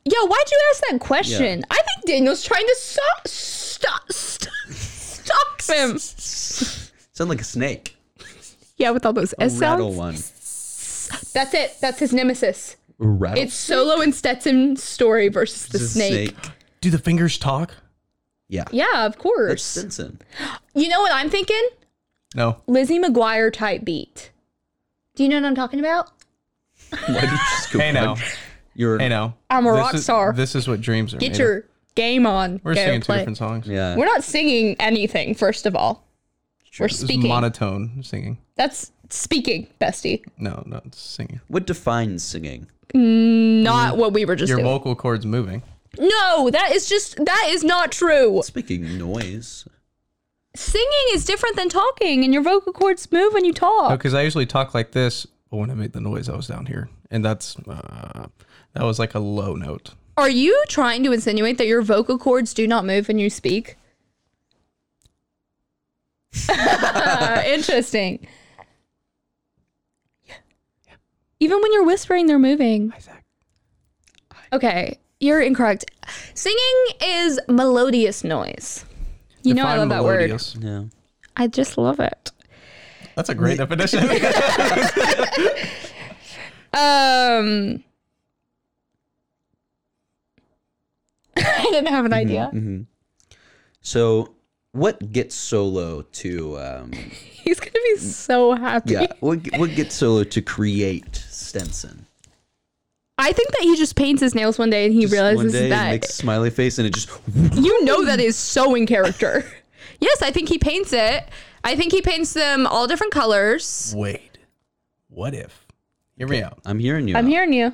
[SPEAKER 3] Yo, why'd you ask that question? I think Daniel's trying to stop, stop, stop, stop him.
[SPEAKER 1] Sound like a snake.
[SPEAKER 3] Yeah, with all those S
[SPEAKER 1] Rattle
[SPEAKER 3] sounds.
[SPEAKER 1] one.
[SPEAKER 3] That's it. That's his nemesis.
[SPEAKER 1] Rattle.
[SPEAKER 3] It's Solo and Stetson's story versus the
[SPEAKER 1] Oh. It's a
[SPEAKER 3] snake.
[SPEAKER 4] Do the fingers talk?
[SPEAKER 1] Yeah.
[SPEAKER 3] Yeah, of course.
[SPEAKER 1] That's Stinson.
[SPEAKER 3] You know what I'm thinking?
[SPEAKER 4] No.
[SPEAKER 3] Lizzie McGuire type beat. Do you know what I'm talking about?
[SPEAKER 1] Why did you just go
[SPEAKER 4] Hey now.
[SPEAKER 1] punch Your,
[SPEAKER 4] Hey now.
[SPEAKER 3] I'm a
[SPEAKER 4] This
[SPEAKER 3] rock
[SPEAKER 4] is-
[SPEAKER 3] star.
[SPEAKER 4] This is what dreams are.
[SPEAKER 3] Get
[SPEAKER 4] made of.
[SPEAKER 3] your game on.
[SPEAKER 4] We're
[SPEAKER 3] Go
[SPEAKER 4] singing two
[SPEAKER 3] play.
[SPEAKER 4] different songs.
[SPEAKER 1] Yeah.
[SPEAKER 3] We're not singing anything, first of all. We're
[SPEAKER 4] This is
[SPEAKER 3] speaking.
[SPEAKER 4] monotone singing.
[SPEAKER 3] That's speaking, bestie.
[SPEAKER 4] No, no, it's singing.
[SPEAKER 1] What defines singing?
[SPEAKER 4] Mm-hmm.
[SPEAKER 3] Not what we were just
[SPEAKER 4] Your
[SPEAKER 3] doing.
[SPEAKER 4] vocal cords moving.
[SPEAKER 3] no, that is just that is not true.
[SPEAKER 1] Speaking noise.
[SPEAKER 3] Singing is different than talking, and your vocal cords move when you talk.
[SPEAKER 4] Oh, because I usually talk like this, but when I made the noise, I was down here, and that's uh, that was like a low note.
[SPEAKER 3] Are you trying to insinuate that your vocal cords do not move when you speak? Interesting. Even when you're whispering, they're moving. Okay, you're incorrect. Singing is melodious noise. You know I love
[SPEAKER 4] Define
[SPEAKER 3] that word.
[SPEAKER 4] melodious.
[SPEAKER 1] Yeah.
[SPEAKER 3] I just love it.
[SPEAKER 4] That's a great definition.
[SPEAKER 3] Um, I didn't have
[SPEAKER 4] Mm-hmm,
[SPEAKER 3] an idea.
[SPEAKER 1] So, what gets Solo to? Um,
[SPEAKER 3] He's gonna be so happy.
[SPEAKER 1] yeah. What what gets Solo to create Stenson?
[SPEAKER 3] I think that he just paints his nails one day and he
[SPEAKER 1] One
[SPEAKER 3] realizes
[SPEAKER 1] day,
[SPEAKER 3] that
[SPEAKER 1] makes a smiley face, and it just
[SPEAKER 3] you know that is so in character. yes, I think he paints it. I think he paints them all different colors.
[SPEAKER 4] Wait, what if? Hear me out.
[SPEAKER 1] I'm hearing you.
[SPEAKER 3] I'm
[SPEAKER 1] out.
[SPEAKER 3] hearing you.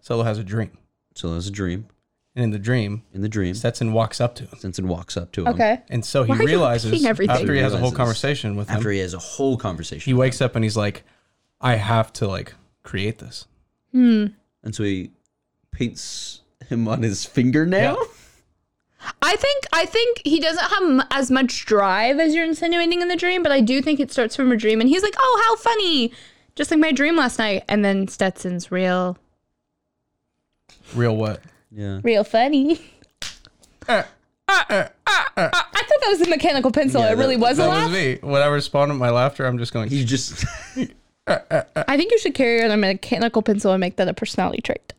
[SPEAKER 4] Solo has a dream,
[SPEAKER 1] So there's a dream.
[SPEAKER 4] and in the dream,
[SPEAKER 1] In the dream,
[SPEAKER 4] Stetson walks up to him,
[SPEAKER 1] Stetson walks up to him.
[SPEAKER 3] Okay.
[SPEAKER 4] and so he
[SPEAKER 3] Why are you
[SPEAKER 4] realizes
[SPEAKER 3] repeating everything?
[SPEAKER 4] after he has a whole
[SPEAKER 1] Realizes.
[SPEAKER 4] conversation with him,
[SPEAKER 1] After he has a whole
[SPEAKER 4] he
[SPEAKER 1] conversation,
[SPEAKER 4] wakes up and he's like, "I have to like create this."
[SPEAKER 1] and so he paints him on his fingernail.
[SPEAKER 4] Yeah.
[SPEAKER 3] I think I think he doesn't have m- as much drive as you're insinuating in the dream, but I do think it starts from a dream, and he's like, "Oh, how funny!" Just like my dream last night, and then Stetson's real,
[SPEAKER 4] Real what?
[SPEAKER 1] Yeah.
[SPEAKER 3] real funny.
[SPEAKER 1] Uh,
[SPEAKER 3] I thought that was the mechanical pencil.
[SPEAKER 1] Yeah,
[SPEAKER 3] it really
[SPEAKER 1] that-
[SPEAKER 3] was a
[SPEAKER 4] That
[SPEAKER 3] laugh.
[SPEAKER 4] was me. When I respond with my laughter, I'm just going.
[SPEAKER 1] He just
[SPEAKER 3] I think you should carry on a mechanical pencil and make that a personality trait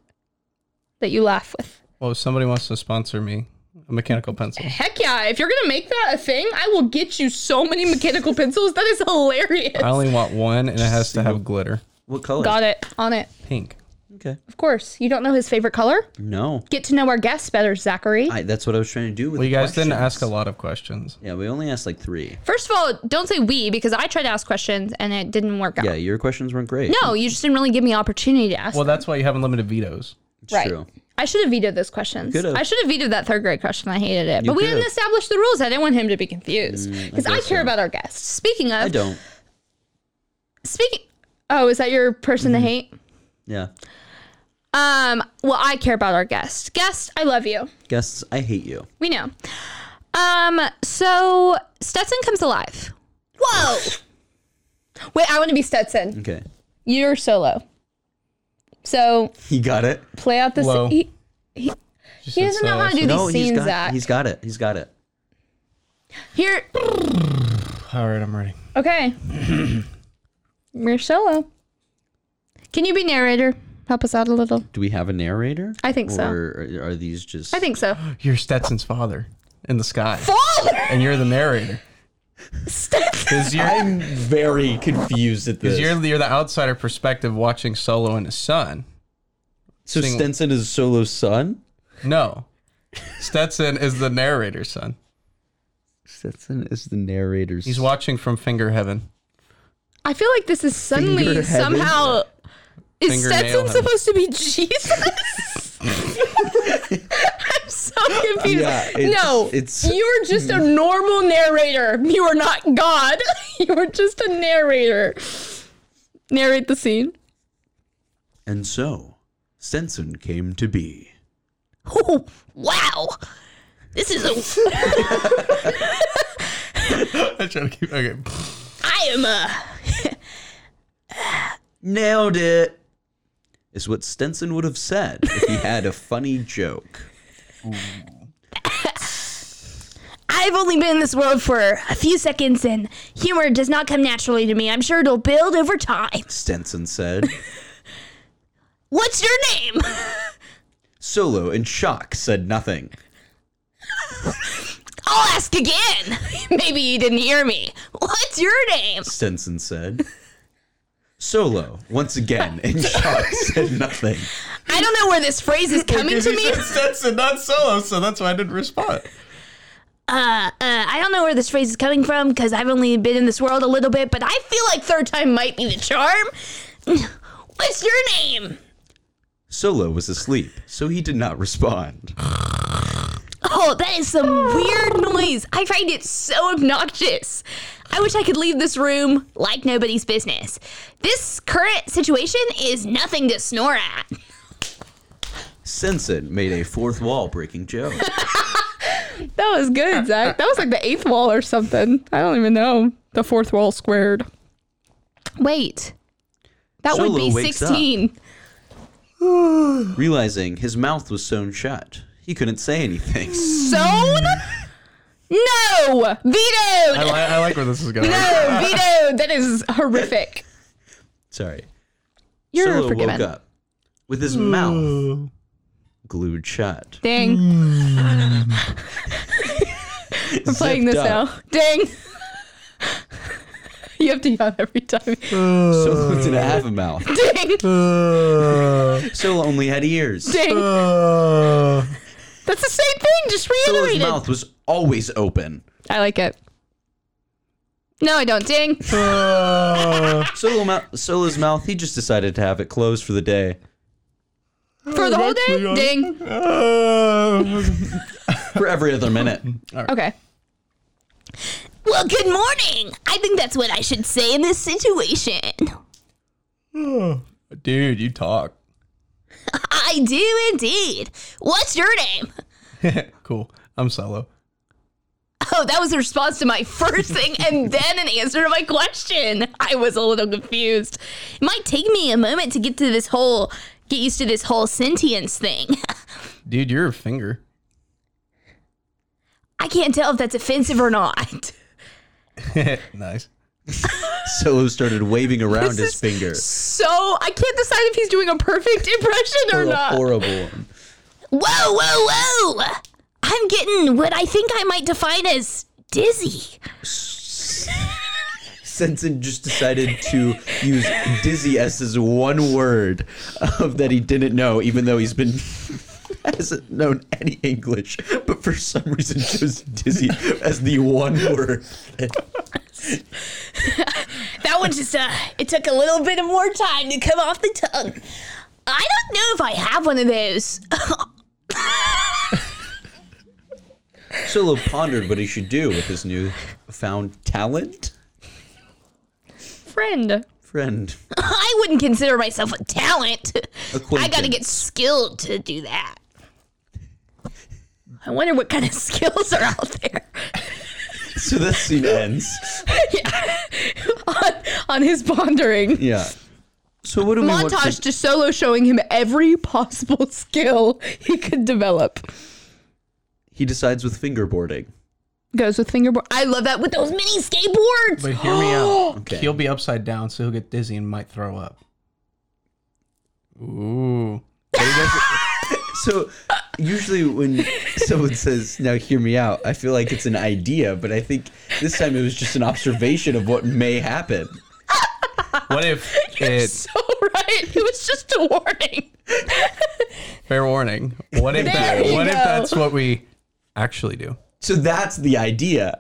[SPEAKER 3] that you laugh with.
[SPEAKER 4] Well, if somebody wants to sponsor me, a mechanical pencil.
[SPEAKER 3] Heck yeah! If you're gonna make that a thing, I will get you so many mechanical pencils. That is hilarious.
[SPEAKER 4] I only want one, and it has to have glitter.
[SPEAKER 1] what color?
[SPEAKER 3] Got it on it.
[SPEAKER 4] Pink.
[SPEAKER 1] Okay.
[SPEAKER 3] Of course, you don't know his favorite color.
[SPEAKER 1] No.
[SPEAKER 3] Get to know our guests better, Zachary.
[SPEAKER 1] I, that's what I was trying to do with
[SPEAKER 4] Well, you guys didn't
[SPEAKER 1] questions.
[SPEAKER 4] ask a lot of questions.
[SPEAKER 1] Yeah, we only asked like three.
[SPEAKER 3] First of all, don't say we because I tried to ask questions and it didn't work out.
[SPEAKER 1] Yeah, your questions weren't great.
[SPEAKER 3] No, you just didn't really give me opportunity to ask.
[SPEAKER 4] Well, that's why you have unlimited vetoes.
[SPEAKER 1] it's
[SPEAKER 3] right.
[SPEAKER 1] true.
[SPEAKER 3] I should have vetoed those questions.
[SPEAKER 1] You could've.
[SPEAKER 3] I should have vetoed that third grade question. I hated it.
[SPEAKER 1] You
[SPEAKER 3] but we
[SPEAKER 1] could've.
[SPEAKER 3] didn't establish the rules. I didn't want him to be confused because I,
[SPEAKER 1] guess
[SPEAKER 3] care
[SPEAKER 1] so.
[SPEAKER 3] about our guests. Speaking of,
[SPEAKER 1] I don't.
[SPEAKER 3] speaking. Oh, is that your person
[SPEAKER 1] Mm-hmm.
[SPEAKER 3] to hate?
[SPEAKER 1] Yeah,
[SPEAKER 3] Um. Well, I care about our guests. Guests, I love you.
[SPEAKER 1] guests, I hate you.
[SPEAKER 3] We know. Um, so Stetson comes alive. Whoa! Wait, I want to be Stetson.
[SPEAKER 1] Okay,
[SPEAKER 3] You're solo. So
[SPEAKER 1] he got it.
[SPEAKER 3] play out this.
[SPEAKER 4] Low.
[SPEAKER 3] He, he doesn't know how to do
[SPEAKER 1] no,
[SPEAKER 3] these
[SPEAKER 1] he's
[SPEAKER 3] scenes,
[SPEAKER 1] got.
[SPEAKER 3] Zach.
[SPEAKER 1] He's got it. He's got it.
[SPEAKER 3] Here.
[SPEAKER 4] All right, I'm ready.
[SPEAKER 3] Okay. You're solo. Can you be narrator? Help us out a little.
[SPEAKER 1] Do we have a narrator?
[SPEAKER 3] I think so.
[SPEAKER 1] Or are- are these just?
[SPEAKER 3] I think so.
[SPEAKER 4] You're Stetson's father in the sky,
[SPEAKER 3] Father!
[SPEAKER 4] and you're the narrator
[SPEAKER 3] Stetson!
[SPEAKER 4] because you're
[SPEAKER 1] I'm very confused at
[SPEAKER 4] because
[SPEAKER 1] this.
[SPEAKER 4] you're you're the outsider perspective watching Solo and his son.
[SPEAKER 1] so
[SPEAKER 4] single.
[SPEAKER 1] Stenson is Solo's son.
[SPEAKER 4] No, Stetson is the narrator's son.
[SPEAKER 1] Stetson is the narrator's.
[SPEAKER 4] He's watching from finger heaven.
[SPEAKER 3] I feel like this is suddenly
[SPEAKER 1] Finger heaven.
[SPEAKER 3] somehow. Is
[SPEAKER 4] Fingernail
[SPEAKER 3] Stetson
[SPEAKER 4] heaven.
[SPEAKER 3] supposed to be Jesus? I'm so confused.
[SPEAKER 1] Yeah, it's-
[SPEAKER 3] no,
[SPEAKER 1] it's-
[SPEAKER 3] you're just a normal narrator. You are not God. You are just a narrator. Narrate the scene.
[SPEAKER 1] And so, Stenson came to be.
[SPEAKER 3] Oh, wow. This is a.
[SPEAKER 4] I try to keep okay.
[SPEAKER 3] I am a.
[SPEAKER 1] Nailed it. Is what Stenson would have said if he had a funny joke.
[SPEAKER 3] I've only been in this world for a few seconds, and humor does not come naturally to me. I'm sure it'll build over time.
[SPEAKER 1] Stenson said.
[SPEAKER 3] What's your name?
[SPEAKER 1] Solo, in shock, said nothing.
[SPEAKER 3] I'll ask again. Maybe you didn't hear me. What's your name?
[SPEAKER 1] Stenson said. Solo, once again, in shock, said nothing.
[SPEAKER 3] I don't know where this phrase is coming to me. Uh,
[SPEAKER 4] Stetson, not Solo, so that's why I didn't respond.
[SPEAKER 3] uh, I don't know where this phrase is coming from because I've only been in this world a little bit, but I feel like third time might be the charm. What's your name?
[SPEAKER 1] Solo was asleep, so he did not respond.
[SPEAKER 3] Oh, that is some weird noise. I find it so obnoxious. I wish I could leave this room like nobody's business. This current situation is nothing to snore at.
[SPEAKER 1] Stenson made a fourth wall breaking joke.
[SPEAKER 3] That was good, Zach. That was like the eighth wall or something. I don't even know. The fourth wall squared. Wait. That would
[SPEAKER 1] Solo
[SPEAKER 3] be
[SPEAKER 1] wakes up.
[SPEAKER 3] 16.
[SPEAKER 1] Realizing his mouth was sewn shut, he couldn't say anything.
[SPEAKER 3] Sewn? No!
[SPEAKER 4] I,
[SPEAKER 3] Vetoed!
[SPEAKER 4] li- I like where this is going.
[SPEAKER 3] No, vetoed! That is horrific.
[SPEAKER 1] Sorry.
[SPEAKER 3] You're
[SPEAKER 1] Solo
[SPEAKER 3] forgiven. Hmm.
[SPEAKER 1] woke up with his mouth glued shut.
[SPEAKER 3] Dang. We're playing this
[SPEAKER 1] Zipped up.
[SPEAKER 3] now. Dang. you have to yell every time.
[SPEAKER 1] Uh, So did it have a mouth?
[SPEAKER 3] ding,
[SPEAKER 1] So only had ears.
[SPEAKER 3] ding.
[SPEAKER 4] Uh,
[SPEAKER 3] That's the same thing. Just
[SPEAKER 1] So his
[SPEAKER 3] reiterated.
[SPEAKER 1] mouth was always open.
[SPEAKER 3] I like it. No, I don't. Ding.
[SPEAKER 4] uh.
[SPEAKER 1] Solo mou- Solo's mouth, he just decided to have it closed for the day.
[SPEAKER 3] For the whole day. Ding.
[SPEAKER 1] For every other minute.
[SPEAKER 3] Okay.
[SPEAKER 2] Well, good morning. I think that's what I should say in this situation.
[SPEAKER 4] Dude, you talk.
[SPEAKER 2] I do indeed. What's your name?
[SPEAKER 4] cool. I'm solo.
[SPEAKER 2] Oh, that was a response to my first thing and then an answer to my question. I was a little confused. It might take me a moment to get to this whole get used to this whole sentience thing.
[SPEAKER 4] Dude, you're a finger.
[SPEAKER 2] I can't tell if that's offensive or not.
[SPEAKER 4] nice.
[SPEAKER 1] Solo started waving around his finger.
[SPEAKER 3] So I can't decide if he's doing a perfect impression or
[SPEAKER 1] Hor-
[SPEAKER 3] not.
[SPEAKER 1] horrible. one.
[SPEAKER 2] Whoa, whoa, whoa! I'm getting what I think I might define as dizzy.
[SPEAKER 1] Sensen just decided to use dizzy as his one word of that he didn't know, even though he's been hasn't known any English, but for some reason chose dizzy as the one word.
[SPEAKER 2] That one just uh it took a little bit more time to come off the tongue. I don't know if I have one of those.
[SPEAKER 1] Solo pondered what he should do with his new found talent.
[SPEAKER 3] Friend.
[SPEAKER 1] Friend,
[SPEAKER 2] I wouldn't consider myself a talent. I gotta
[SPEAKER 1] Acquaintance.
[SPEAKER 2] get skilled to do that. I wonder what kind of skills are out there.
[SPEAKER 1] So that scene ends.
[SPEAKER 3] on, on his pondering.
[SPEAKER 1] Yeah. So what do we want
[SPEAKER 3] Montage
[SPEAKER 1] to-
[SPEAKER 3] to solo showing him every possible skill he could develop.
[SPEAKER 1] He decides with fingerboarding.
[SPEAKER 3] Goes with fingerboard. I love that with those
[SPEAKER 2] Those mini skateboards.
[SPEAKER 4] But hear me out.
[SPEAKER 1] Okay.
[SPEAKER 4] He'll be upside down, so he'll get dizzy and might throw up. Ooh.
[SPEAKER 1] So usually when someone says, "Now hear me out," I feel like it's an idea, but I think this time it was just an observation of what may happen.
[SPEAKER 4] What if it?
[SPEAKER 3] so right. It was just a warning.
[SPEAKER 4] Fair warning. What if that?
[SPEAKER 3] you
[SPEAKER 4] What if
[SPEAKER 3] go.
[SPEAKER 4] that's what we actually do?
[SPEAKER 1] So that's the idea.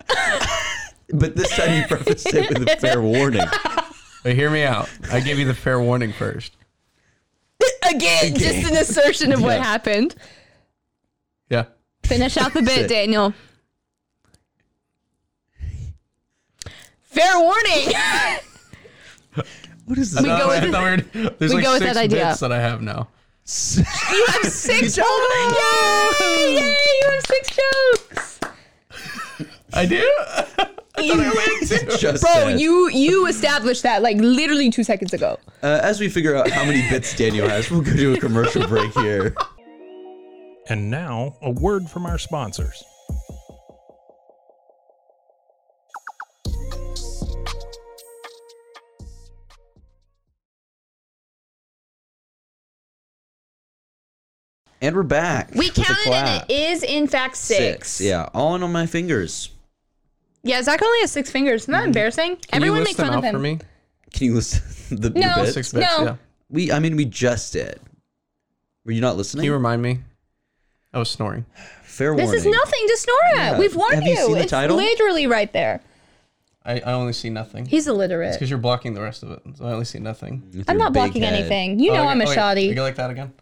[SPEAKER 1] but this time you prefaced it with a fair warning.
[SPEAKER 4] But hear me out. I give you the fair warning first.
[SPEAKER 3] Again, just an assertion of what
[SPEAKER 1] Yeah.
[SPEAKER 3] happened.
[SPEAKER 4] Yeah.
[SPEAKER 3] Finish out the bit,
[SPEAKER 1] Sick.
[SPEAKER 3] Daniel. Fair warning.
[SPEAKER 1] What is
[SPEAKER 4] I
[SPEAKER 1] this?
[SPEAKER 4] thought-
[SPEAKER 3] go with-
[SPEAKER 4] I thought we were- there's
[SPEAKER 3] we
[SPEAKER 4] like
[SPEAKER 3] go with
[SPEAKER 4] six
[SPEAKER 3] that idea.
[SPEAKER 4] bits that I have now.
[SPEAKER 3] you have six jokes. Yay! Yay! You have six jokes.
[SPEAKER 4] I do.
[SPEAKER 1] Just
[SPEAKER 3] Bro,
[SPEAKER 1] said.
[SPEAKER 3] you you established that like literally two seconds ago.
[SPEAKER 1] Uh, as we figure out how many bits Daniel has, we'll go to a commercial break here.
[SPEAKER 5] And now, a word from our sponsors.
[SPEAKER 1] And we're back.
[SPEAKER 3] We
[SPEAKER 1] with a
[SPEAKER 3] counted and
[SPEAKER 1] clap.
[SPEAKER 3] it is in fact six.
[SPEAKER 1] Six. Yeah, all in on my fingers.
[SPEAKER 3] Yeah, Zach only has six fingers. Isn't that
[SPEAKER 1] Mm-hmm.
[SPEAKER 3] embarrassing?
[SPEAKER 4] Can you
[SPEAKER 3] Everyone
[SPEAKER 4] list
[SPEAKER 3] make
[SPEAKER 4] them
[SPEAKER 3] fun of
[SPEAKER 4] out
[SPEAKER 3] him.
[SPEAKER 4] for me?
[SPEAKER 1] Can you list the, the
[SPEAKER 3] No.
[SPEAKER 1] bits?
[SPEAKER 4] Six bits.
[SPEAKER 3] No.
[SPEAKER 4] Yeah.
[SPEAKER 1] We, I mean, we just did. Were you not
[SPEAKER 4] Can
[SPEAKER 1] listening?
[SPEAKER 4] you remind me? I was snoring.
[SPEAKER 1] Fair
[SPEAKER 3] This
[SPEAKER 1] warning.
[SPEAKER 3] is nothing to snore at.
[SPEAKER 1] Yeah.
[SPEAKER 3] We've warned
[SPEAKER 1] Have you
[SPEAKER 3] you.
[SPEAKER 1] seen the
[SPEAKER 3] it's
[SPEAKER 1] title?
[SPEAKER 3] literally right there.
[SPEAKER 4] I, I only see nothing.
[SPEAKER 3] He's
[SPEAKER 4] it's
[SPEAKER 3] illiterate.
[SPEAKER 4] because you're blocking the rest of it, so I only see nothing. Oh,
[SPEAKER 1] With
[SPEAKER 3] I'm
[SPEAKER 1] your
[SPEAKER 3] not
[SPEAKER 1] big
[SPEAKER 3] blocking
[SPEAKER 1] head.
[SPEAKER 3] anything. You know I'm a
[SPEAKER 4] You
[SPEAKER 3] shoddy.
[SPEAKER 4] go like that again.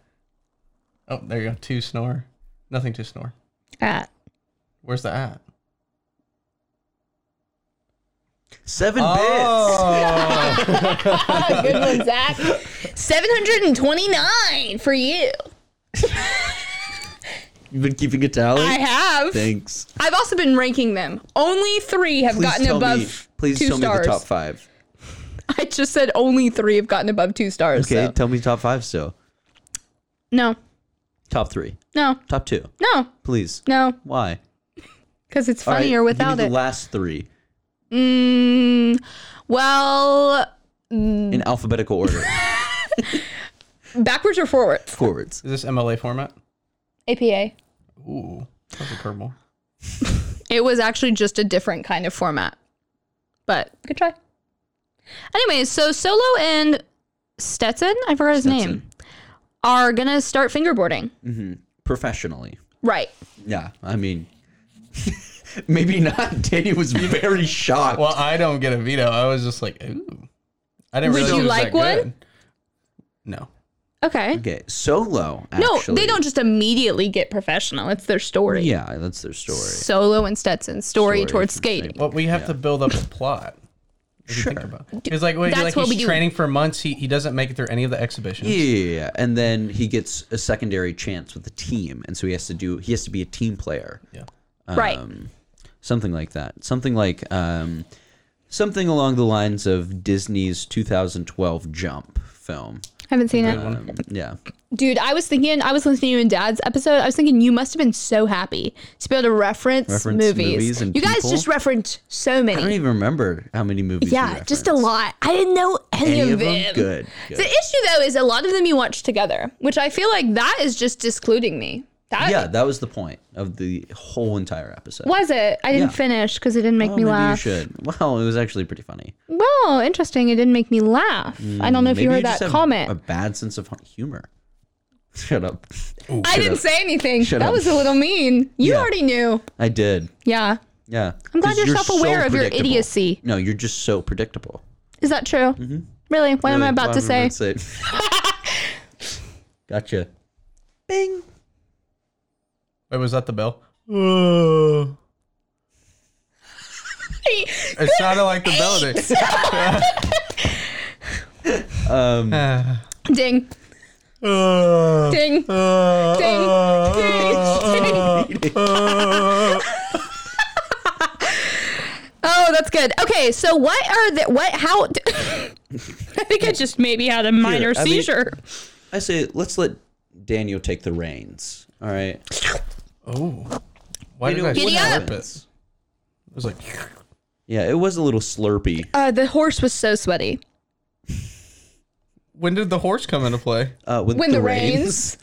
[SPEAKER 4] Oh, there you go. Two snore. Nothing to snore.
[SPEAKER 3] At.
[SPEAKER 4] Where's the at?
[SPEAKER 1] Seven
[SPEAKER 4] Oh,
[SPEAKER 3] Ah, Good one, Zach. 729 for you.
[SPEAKER 1] bits. You've been keeping a tally.
[SPEAKER 3] I have.
[SPEAKER 1] Thanks.
[SPEAKER 3] I've also been ranking them. Only three have
[SPEAKER 1] Please
[SPEAKER 3] gotten
[SPEAKER 1] tell
[SPEAKER 3] above
[SPEAKER 1] me. Please
[SPEAKER 3] two
[SPEAKER 1] tell
[SPEAKER 3] stars.
[SPEAKER 1] me the top five.
[SPEAKER 3] I just said only three have gotten above two stars.
[SPEAKER 1] Okay,
[SPEAKER 3] so-
[SPEAKER 1] tell me top five. So
[SPEAKER 3] No,
[SPEAKER 1] top three,
[SPEAKER 3] no,
[SPEAKER 1] top two,
[SPEAKER 3] no,
[SPEAKER 1] please.
[SPEAKER 3] no,
[SPEAKER 1] Why?
[SPEAKER 3] because it's
[SPEAKER 1] All right,
[SPEAKER 3] funnier
[SPEAKER 1] give
[SPEAKER 3] without
[SPEAKER 1] me
[SPEAKER 3] it.
[SPEAKER 1] The last three
[SPEAKER 3] Mm, well, Mm.
[SPEAKER 1] in alphabetical order,
[SPEAKER 3] backwards or forwards?
[SPEAKER 1] forwards.
[SPEAKER 4] is this MLA format?
[SPEAKER 3] APA.
[SPEAKER 4] Ooh, that's a curveball.
[SPEAKER 3] It was actually just a different kind of format, but good try. Anyway, so Solo and Stetson, I forgot his name, are gonna start fingerboarding.
[SPEAKER 1] professionally.
[SPEAKER 3] Right.
[SPEAKER 1] Yeah, I mean, maybe not. Danny was very shocked.
[SPEAKER 4] Well, I don't get a veto. I was just like, ooh. I didn't
[SPEAKER 3] Would
[SPEAKER 4] realize
[SPEAKER 3] you
[SPEAKER 4] it was
[SPEAKER 3] like
[SPEAKER 4] that
[SPEAKER 3] one?
[SPEAKER 4] good. No.
[SPEAKER 3] Okay.
[SPEAKER 1] okay, solo.
[SPEAKER 3] No,
[SPEAKER 1] Actually.
[SPEAKER 3] they don't just immediately get professional. It's their story.
[SPEAKER 1] Yeah, that's their story.
[SPEAKER 3] Solo and Stetson's story,
[SPEAKER 1] Story
[SPEAKER 3] towards
[SPEAKER 1] from
[SPEAKER 3] skating.
[SPEAKER 4] Well, we have to build up a plot. Sure. Think about. It's like, wait,
[SPEAKER 3] That's
[SPEAKER 4] like
[SPEAKER 3] what
[SPEAKER 4] he's
[SPEAKER 3] we do.
[SPEAKER 4] training for months. He, he doesn't make it through any of the exhibitions.
[SPEAKER 1] Yeah, yeah, yeah, and then he gets a secondary chance with the team, and so he has to do. He has to be a team player. Yeah.
[SPEAKER 3] right.
[SPEAKER 1] Um, something like that something like um, something along the lines of disney's 2012 jump film
[SPEAKER 3] Haven't seen it.
[SPEAKER 1] um, yeah
[SPEAKER 3] Dude, I was thinking, I was listening to you in Dad's episode. I was thinking you must have been so happy to be able to reference,
[SPEAKER 1] Reference
[SPEAKER 3] movies.
[SPEAKER 1] movies and
[SPEAKER 3] you guys
[SPEAKER 1] people.
[SPEAKER 3] just referenced so
[SPEAKER 1] i don't
[SPEAKER 3] many.
[SPEAKER 1] even remember how many movies we
[SPEAKER 3] Yeah, just a
[SPEAKER 1] referenced.
[SPEAKER 3] lot. I didn't know any,
[SPEAKER 1] any of
[SPEAKER 3] them.
[SPEAKER 1] them good, good.
[SPEAKER 3] The issue though is a lot of them you watch together, which I feel like that is just discluding me. That
[SPEAKER 1] yeah that was the point of the whole entire episode
[SPEAKER 3] was it. I didn't
[SPEAKER 1] Yeah.
[SPEAKER 3] finish because it didn't make
[SPEAKER 1] Oh,
[SPEAKER 3] me
[SPEAKER 1] maybe
[SPEAKER 3] laugh.
[SPEAKER 1] you should well it was actually pretty funny
[SPEAKER 3] Well, interesting. It didn't make me laugh. I don't know if
[SPEAKER 1] Mm, Maybe
[SPEAKER 3] you heard
[SPEAKER 1] just
[SPEAKER 3] that
[SPEAKER 1] have
[SPEAKER 3] comment.
[SPEAKER 1] a bad sense of humor shut up
[SPEAKER 3] I didn't say anything.
[SPEAKER 1] Shut
[SPEAKER 3] that
[SPEAKER 1] up.
[SPEAKER 3] was a little mean. You
[SPEAKER 1] Yeah.
[SPEAKER 3] already knew.
[SPEAKER 1] i did
[SPEAKER 3] Yeah.
[SPEAKER 1] yeah
[SPEAKER 3] I'm glad
[SPEAKER 1] 'Cause
[SPEAKER 3] you're
[SPEAKER 1] so
[SPEAKER 3] self-aware of your
[SPEAKER 1] predictable.
[SPEAKER 3] idiocy.
[SPEAKER 1] no you're just so predictable
[SPEAKER 3] Is that true? Really? What am I
[SPEAKER 1] Mm-hmm. Really,
[SPEAKER 3] about to
[SPEAKER 1] what am I
[SPEAKER 3] say?
[SPEAKER 1] about to say? gotcha. Bing.
[SPEAKER 4] Wait, was that the bell? Whoa. It sounded like the bell. did.
[SPEAKER 3] Ding.
[SPEAKER 4] Uh,
[SPEAKER 3] Ding.
[SPEAKER 4] uh,
[SPEAKER 3] Ding.
[SPEAKER 1] Oh,
[SPEAKER 4] uh, uh,
[SPEAKER 3] Oh, that's good. Okay, so what are the what how I think I just maybe had a minor
[SPEAKER 1] I mean-
[SPEAKER 3] seizure.
[SPEAKER 1] I say let's let Daniel take the reins. All right.
[SPEAKER 4] Oh. Why
[SPEAKER 1] You
[SPEAKER 4] did
[SPEAKER 1] know,
[SPEAKER 4] I
[SPEAKER 1] Giddy
[SPEAKER 4] slurp
[SPEAKER 1] up.
[SPEAKER 4] it? It was like,
[SPEAKER 1] Yeah, it was a little slurpy.
[SPEAKER 3] uh, the horse was so sweaty.
[SPEAKER 4] when did the horse come into play?
[SPEAKER 1] Uh, with
[SPEAKER 3] When the,
[SPEAKER 1] the,
[SPEAKER 3] rains,
[SPEAKER 1] reins.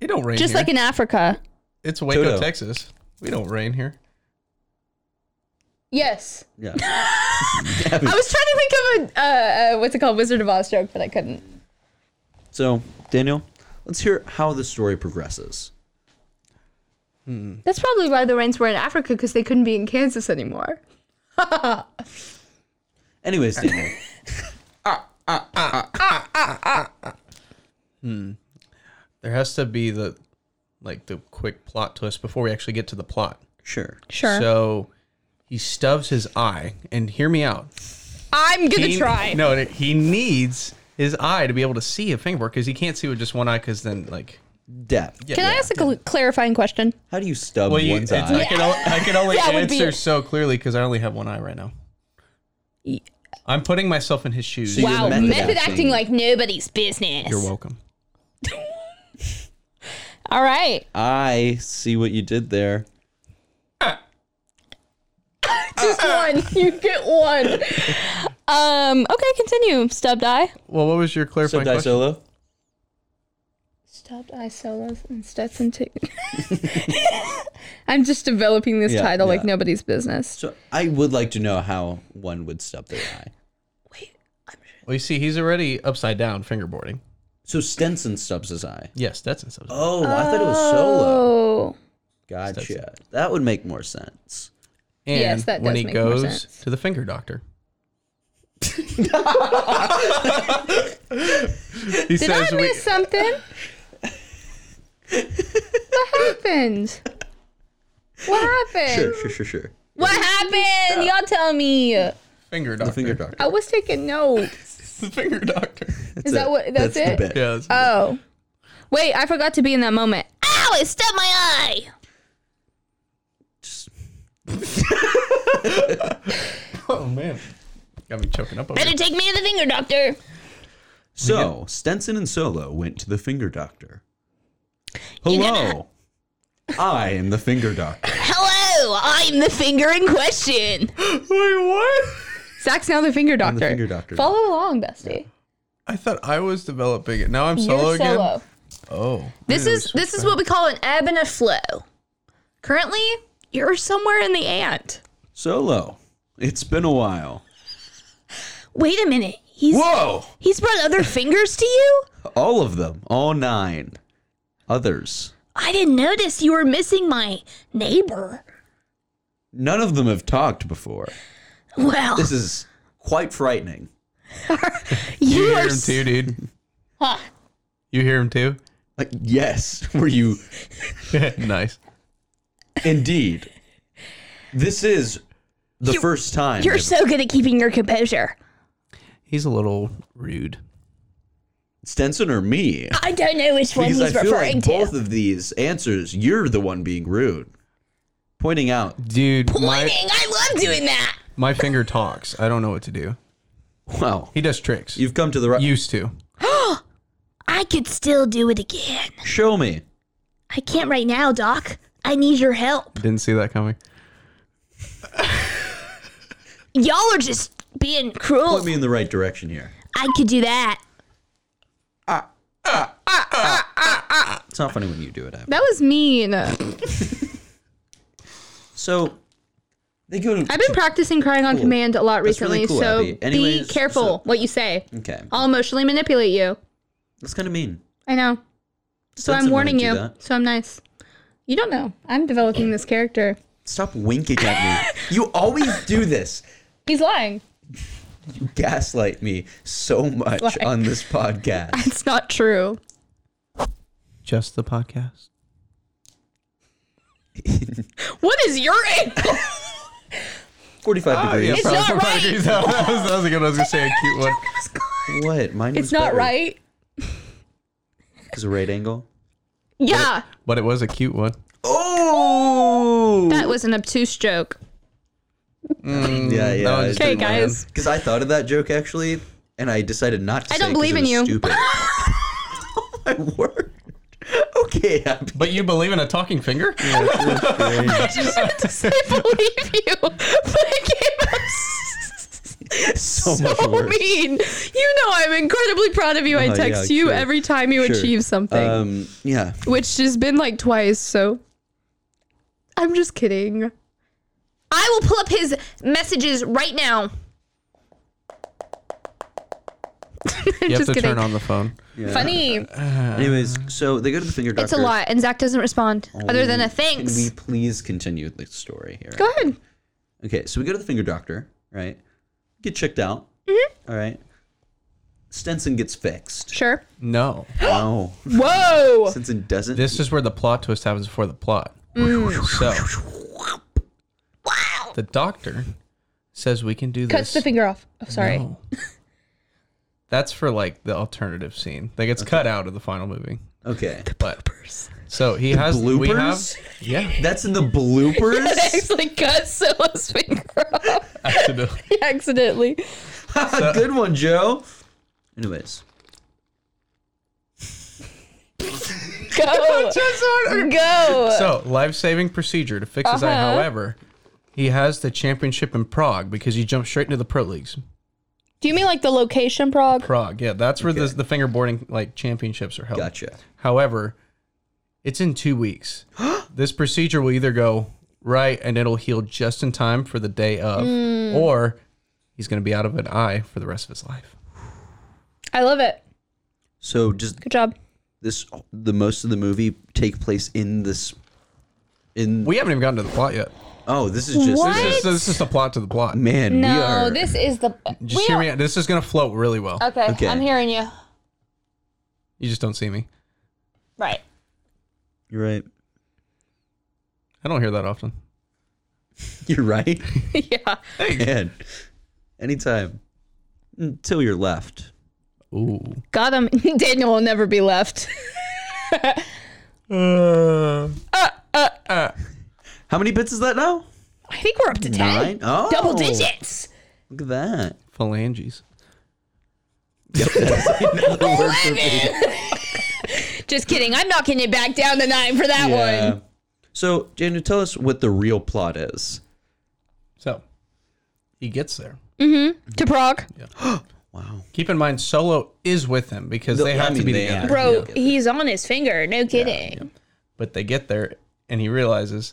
[SPEAKER 4] It don't rain
[SPEAKER 3] just
[SPEAKER 4] here.
[SPEAKER 3] like in Africa.
[SPEAKER 4] it's Waco,
[SPEAKER 1] Toto.
[SPEAKER 4] Texas. We don't rain here.
[SPEAKER 3] Yes.
[SPEAKER 1] Yeah.
[SPEAKER 3] I was trying to think of a uh, uh, what's it called Wizard of Oz joke, but I couldn't.
[SPEAKER 1] So Daniel, let's hear how the story progresses.
[SPEAKER 3] That's probably why the rains were in Africa because they couldn't be in Kansas anymore.
[SPEAKER 1] Anyways, Daniel.
[SPEAKER 4] There has to be the, like the quick plot twist before we actually get to the plot.
[SPEAKER 1] sure.
[SPEAKER 3] Sure.
[SPEAKER 4] So he stubs his eye, and hear me out.
[SPEAKER 3] I'm gonna
[SPEAKER 4] He-
[SPEAKER 3] try.
[SPEAKER 4] No, he needs his eye to be able to see a fingerboard because he can't see with just one eye. Because then, like,
[SPEAKER 1] Depth.
[SPEAKER 3] Can I ask a cl- clarifying question?
[SPEAKER 1] How do you stub
[SPEAKER 4] well, you,
[SPEAKER 1] one's
[SPEAKER 4] it's-
[SPEAKER 1] eye?
[SPEAKER 4] I can only, I can only
[SPEAKER 3] That would be-
[SPEAKER 4] answer so clearly because I only have one eye right now. I'm putting myself in his shoes.
[SPEAKER 1] So you're
[SPEAKER 3] Wow,
[SPEAKER 1] method
[SPEAKER 3] method
[SPEAKER 1] acting.
[SPEAKER 3] acting like nobody's business.
[SPEAKER 4] You're welcome.
[SPEAKER 3] All right.
[SPEAKER 1] I see what you did there.
[SPEAKER 3] Just
[SPEAKER 1] Uh-uh.
[SPEAKER 3] one. You get one. Um. Okay. Continue. Stubbed eye.
[SPEAKER 4] Well, what was your
[SPEAKER 1] So
[SPEAKER 4] clarifying
[SPEAKER 1] die
[SPEAKER 4] question?
[SPEAKER 1] solo.
[SPEAKER 3] Stubbed eye solos and Stetson too. I'm just developing this
[SPEAKER 1] Yeah,
[SPEAKER 3] title like
[SPEAKER 1] yeah.
[SPEAKER 3] nobody's business.
[SPEAKER 1] So I would like to know how one would stub their eye.
[SPEAKER 4] Well, you see, he's already upside down fingerboarding.
[SPEAKER 1] So Stenson stubs his eye.
[SPEAKER 4] Yes, that's instead.
[SPEAKER 1] Oh, I thought it was solo.
[SPEAKER 3] Oh.
[SPEAKER 1] Gotcha. That would make more sense.
[SPEAKER 4] And
[SPEAKER 3] Yes, that
[SPEAKER 4] when
[SPEAKER 3] does
[SPEAKER 4] he
[SPEAKER 3] make more
[SPEAKER 4] goes
[SPEAKER 3] sense.
[SPEAKER 4] to the finger doctor. he
[SPEAKER 3] Did
[SPEAKER 4] says
[SPEAKER 3] I
[SPEAKER 4] we,
[SPEAKER 3] miss something? what happened? What happened?
[SPEAKER 1] Sure, sure, sure, sure.
[SPEAKER 3] What happened? Y'all tell me. I
[SPEAKER 4] finger
[SPEAKER 1] The
[SPEAKER 4] doctor.
[SPEAKER 1] finger doctor.
[SPEAKER 3] was taking notes.
[SPEAKER 4] The finger doctor.
[SPEAKER 3] Is that what? That's,
[SPEAKER 1] the
[SPEAKER 3] it.
[SPEAKER 1] bit.
[SPEAKER 4] Yeah, that's-
[SPEAKER 3] Oh. Wait, I forgot to be in that moment. Ow, it stabbed my eye.
[SPEAKER 4] oh man, got me choking up. Over
[SPEAKER 2] Better
[SPEAKER 4] here.
[SPEAKER 2] take me to the finger doctor.
[SPEAKER 1] So Stenson and Solo went to the finger doctor. Hello. I am the finger doctor.
[SPEAKER 2] Hello, I'm the finger in question.
[SPEAKER 4] Wait, what?
[SPEAKER 3] Zach's now the finger doctor.
[SPEAKER 1] the finger doctor.
[SPEAKER 3] Follow along, Dusty.
[SPEAKER 4] I thought I was developing it. Now I'm solo
[SPEAKER 3] You're solo.
[SPEAKER 4] again. Oh,
[SPEAKER 3] This is this is what we call an ebb and a flow. Currently, you're somewhere in the ant.
[SPEAKER 1] Solo. It's been a while.
[SPEAKER 3] Wait a minute. He's
[SPEAKER 1] Whoa!
[SPEAKER 3] he's brought other fingers to you?
[SPEAKER 1] All of them, all nine. Others.
[SPEAKER 3] I didn't notice you were missing my neighbor.
[SPEAKER 1] None of them have talked before.
[SPEAKER 3] Well,
[SPEAKER 1] This is quite frightening.
[SPEAKER 3] you,
[SPEAKER 4] You
[SPEAKER 3] are
[SPEAKER 4] hear him
[SPEAKER 3] s-
[SPEAKER 4] too, dude.
[SPEAKER 3] Huh.
[SPEAKER 4] You hear him too?
[SPEAKER 1] Like, yes, were you
[SPEAKER 4] nice.
[SPEAKER 1] indeed? This is the first time.
[SPEAKER 3] You're so good at keeping your composure.
[SPEAKER 4] He's a little rude.
[SPEAKER 1] Stenson or me?
[SPEAKER 3] I don't know which one
[SPEAKER 1] Because I
[SPEAKER 3] he's
[SPEAKER 1] feel
[SPEAKER 3] referring
[SPEAKER 1] like
[SPEAKER 3] to.
[SPEAKER 1] both of these answers, you're the one being rude, pointing out.
[SPEAKER 4] Dude, my,
[SPEAKER 3] Pointing. I love doing that.
[SPEAKER 4] my finger talks. I don't know what to do.
[SPEAKER 1] Wow,
[SPEAKER 4] He does tricks.
[SPEAKER 1] you've come to the right.
[SPEAKER 4] Used to.
[SPEAKER 3] I could still do it again.
[SPEAKER 1] Show me.
[SPEAKER 3] I can't right now, Doc. I need your help.
[SPEAKER 4] Didn't see that coming.
[SPEAKER 3] Y'all are just being cruel.
[SPEAKER 1] Point me in the right direction here.
[SPEAKER 3] I could do that.
[SPEAKER 1] It's not funny when you do it. Ab.
[SPEAKER 2] That was mean. I've
[SPEAKER 1] So they go to.
[SPEAKER 2] been practicing crying on
[SPEAKER 1] Cool.
[SPEAKER 2] command a lot
[SPEAKER 1] That's
[SPEAKER 2] recently,
[SPEAKER 1] really cool,
[SPEAKER 2] so
[SPEAKER 1] Abby. Anyways,
[SPEAKER 2] be careful
[SPEAKER 1] so-
[SPEAKER 2] what you say.
[SPEAKER 1] okay,
[SPEAKER 2] I'll emotionally manipulate you.
[SPEAKER 1] that's kind of mean.
[SPEAKER 2] I know. So
[SPEAKER 1] Stetson
[SPEAKER 2] I'm warning
[SPEAKER 1] wouldn't do
[SPEAKER 2] you.
[SPEAKER 1] that.
[SPEAKER 2] So I'm nice. You don't know. I'm developing this character.
[SPEAKER 1] Stop winking at me. You always do this.
[SPEAKER 2] He's lying.
[SPEAKER 1] You gaslight me so much
[SPEAKER 2] Like-
[SPEAKER 1] on this podcast.
[SPEAKER 2] It's not true.
[SPEAKER 4] Just the podcast.
[SPEAKER 2] What is your angle?
[SPEAKER 1] 45 degrees.
[SPEAKER 4] it's
[SPEAKER 2] not right.
[SPEAKER 4] That was, that was a good one. I was going to say a cute one.
[SPEAKER 1] What? Mine
[SPEAKER 2] It's not right.
[SPEAKER 1] It's a right angle.
[SPEAKER 2] Yeah.
[SPEAKER 4] But it was a cute one.
[SPEAKER 1] Oh!
[SPEAKER 2] That was an obtuse joke.
[SPEAKER 1] Mm, yeah, yeah.
[SPEAKER 4] one just
[SPEAKER 2] Okay, guys.
[SPEAKER 1] Because I thought of that joke actually, and I decided not to. say
[SPEAKER 2] I don't
[SPEAKER 1] it 'cause
[SPEAKER 2] believe
[SPEAKER 1] it
[SPEAKER 2] in
[SPEAKER 1] was
[SPEAKER 2] you.
[SPEAKER 1] Stupid. oh my word. Okay, Abby.
[SPEAKER 4] But you believe in a talking finger?
[SPEAKER 2] I just wanted to say believe you, but it came out
[SPEAKER 1] So
[SPEAKER 2] so,
[SPEAKER 1] much worse.
[SPEAKER 2] mean. You know I'm incredibly proud of you. I
[SPEAKER 1] Oh, yeah,
[SPEAKER 2] text you
[SPEAKER 1] sure,
[SPEAKER 2] every time you
[SPEAKER 1] sure.
[SPEAKER 2] achieve something,
[SPEAKER 1] Um, yeah.
[SPEAKER 2] which has been like twice. So I'm just kidding.
[SPEAKER 3] I will pull up his messages right now.
[SPEAKER 4] you have
[SPEAKER 2] Just
[SPEAKER 4] to
[SPEAKER 2] kidding.
[SPEAKER 4] turn on the uh, phone.
[SPEAKER 2] Funny.
[SPEAKER 1] Anyways, so they go to the finger doctor.
[SPEAKER 2] It's a lot, and Zach doesn't respond other than a
[SPEAKER 1] Can
[SPEAKER 2] thanks.
[SPEAKER 1] Oh, we please continue the story here?
[SPEAKER 2] Go ahead.
[SPEAKER 1] Okay, so we go to the finger doctor, right? Get checked out.
[SPEAKER 2] Mm-hmm.
[SPEAKER 1] All right. Stenson gets fixed.
[SPEAKER 2] Sure.
[SPEAKER 4] No.
[SPEAKER 1] Wow.
[SPEAKER 2] Whoa.
[SPEAKER 1] Stenson doesn't.
[SPEAKER 4] This is where the plot twist happens before the plot. So the doctor says we can do
[SPEAKER 2] Cuts
[SPEAKER 4] this.
[SPEAKER 2] the finger off. Oh, sorry.
[SPEAKER 4] No. That's for like the alternative scene that gets cut out of the final movie.
[SPEAKER 1] okay.
[SPEAKER 4] But so he has we have
[SPEAKER 1] bloopers?
[SPEAKER 4] yeah
[SPEAKER 1] That's in the bloopers.
[SPEAKER 2] Actually, cut Scylla's finger off
[SPEAKER 4] accidentally.
[SPEAKER 2] accidentally.
[SPEAKER 1] Ah, Good one, Joe. Anyways,
[SPEAKER 2] Go. Go.
[SPEAKER 4] So, life saving procedure to fix his eye.
[SPEAKER 2] Uh-huh.
[SPEAKER 4] However, he has the championship in Prague because he jumped straight into the pro leagues.
[SPEAKER 2] Do you mean like the location, Prague?
[SPEAKER 4] Prague, yeah, that's where
[SPEAKER 1] Okay.
[SPEAKER 4] the, the fingerboarding like championships are held.
[SPEAKER 1] gotcha.
[SPEAKER 4] However, it's in two weeks. this procedure will either go right and it'll heal just in time for the day of,
[SPEAKER 2] Hmm.
[SPEAKER 4] or he's going to be out of an eye for the rest of his life.
[SPEAKER 2] I love it.
[SPEAKER 1] So does
[SPEAKER 2] Good job.
[SPEAKER 1] this the most of the movie take place in this? In
[SPEAKER 4] We haven't even gotten to the plot yet.
[SPEAKER 1] oh, this is just
[SPEAKER 2] What?
[SPEAKER 4] This is, this is the plot to the plot.
[SPEAKER 1] man. we
[SPEAKER 2] No,
[SPEAKER 1] are,
[SPEAKER 2] this is the.
[SPEAKER 4] Just hear me out. This is going to float really well.
[SPEAKER 2] Okay,
[SPEAKER 1] Okay.
[SPEAKER 2] I'm hearing you.
[SPEAKER 4] You just don't see me.
[SPEAKER 2] Right.
[SPEAKER 1] You're right.
[SPEAKER 4] I don't hear that often.
[SPEAKER 1] You're right.
[SPEAKER 2] yeah.
[SPEAKER 1] man, anytime until you're left.
[SPEAKER 4] Ooh.
[SPEAKER 2] Got him. Daniel will never be left.
[SPEAKER 4] Uh,
[SPEAKER 1] How many bits is that now?
[SPEAKER 2] I think we're up to
[SPEAKER 1] Nine. Oh,
[SPEAKER 3] Double digits.
[SPEAKER 1] Look at that.
[SPEAKER 4] phalanges.
[SPEAKER 2] Just kidding. I'm knocking it back down to nine for that one.
[SPEAKER 1] So, Daniel, tell us what the real plot is.
[SPEAKER 4] So he gets there.
[SPEAKER 2] To Prague.
[SPEAKER 4] Keep in mind, Solo is with him because
[SPEAKER 1] The-
[SPEAKER 4] they
[SPEAKER 1] I
[SPEAKER 4] have
[SPEAKER 1] mean,
[SPEAKER 4] to be
[SPEAKER 1] they
[SPEAKER 4] together.
[SPEAKER 1] are.
[SPEAKER 2] Bro,
[SPEAKER 1] Yeah.
[SPEAKER 2] he's on his finger. No kidding.
[SPEAKER 4] But they get there, and he realizes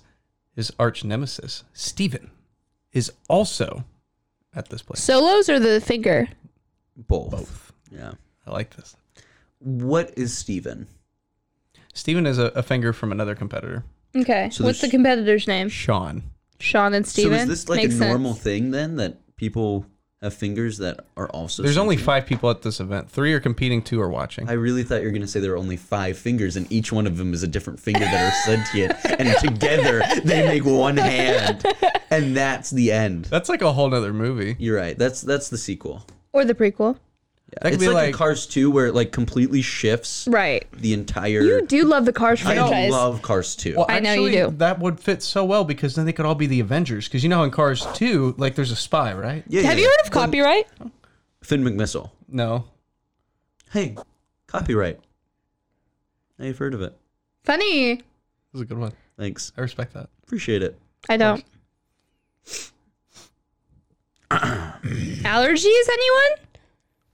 [SPEAKER 4] his arch nemesis, Steven, is also at this place.
[SPEAKER 2] Solos or the finger?
[SPEAKER 1] Both.
[SPEAKER 4] Both.
[SPEAKER 1] Yeah.
[SPEAKER 4] I like this.
[SPEAKER 1] What is Steven?
[SPEAKER 4] Steven is a, a finger from another competitor.
[SPEAKER 2] Okay.
[SPEAKER 1] So
[SPEAKER 2] What's the
[SPEAKER 1] there's-
[SPEAKER 2] competitor's name?
[SPEAKER 4] Sean.
[SPEAKER 2] Sean and Steven.
[SPEAKER 1] So is this like
[SPEAKER 2] Makes
[SPEAKER 1] a
[SPEAKER 2] sense.
[SPEAKER 1] normal thing then that people have fingers that are also
[SPEAKER 4] There's only
[SPEAKER 1] sentient?
[SPEAKER 4] five people at this event. Three are competing, two are watching.
[SPEAKER 1] I really thought you were going to say there are only five fingers, and each one of them is a different finger that are sentient, and together they make one hand, and that's the end.
[SPEAKER 4] That's like a whole nother movie.
[SPEAKER 1] You're right. That's that's the sequel.
[SPEAKER 2] Or the prequel.
[SPEAKER 1] Yeah.
[SPEAKER 4] That could
[SPEAKER 1] It's
[SPEAKER 4] be
[SPEAKER 1] like,
[SPEAKER 4] like-
[SPEAKER 1] a Cars 2 where it like completely shifts
[SPEAKER 2] Right.
[SPEAKER 1] the entire.
[SPEAKER 2] You do love the Cars
[SPEAKER 1] I
[SPEAKER 2] franchise.
[SPEAKER 1] love Cars 2.
[SPEAKER 4] Well,
[SPEAKER 2] I know you do.
[SPEAKER 4] That would fit so well because then they could all be the Avengers. Because you know, how in Cars 2, like there's a spy, right?
[SPEAKER 1] yeah,
[SPEAKER 2] Have
[SPEAKER 1] yeah.
[SPEAKER 2] you heard of copyright?
[SPEAKER 1] Finn McMissile?
[SPEAKER 4] No.
[SPEAKER 1] Hey, copyright. Now you've heard of it.
[SPEAKER 2] Funny.
[SPEAKER 4] That was a good one.
[SPEAKER 1] Thanks.
[SPEAKER 4] I respect that.
[SPEAKER 1] Appreciate it.
[SPEAKER 2] I don't. Allergies, anyone?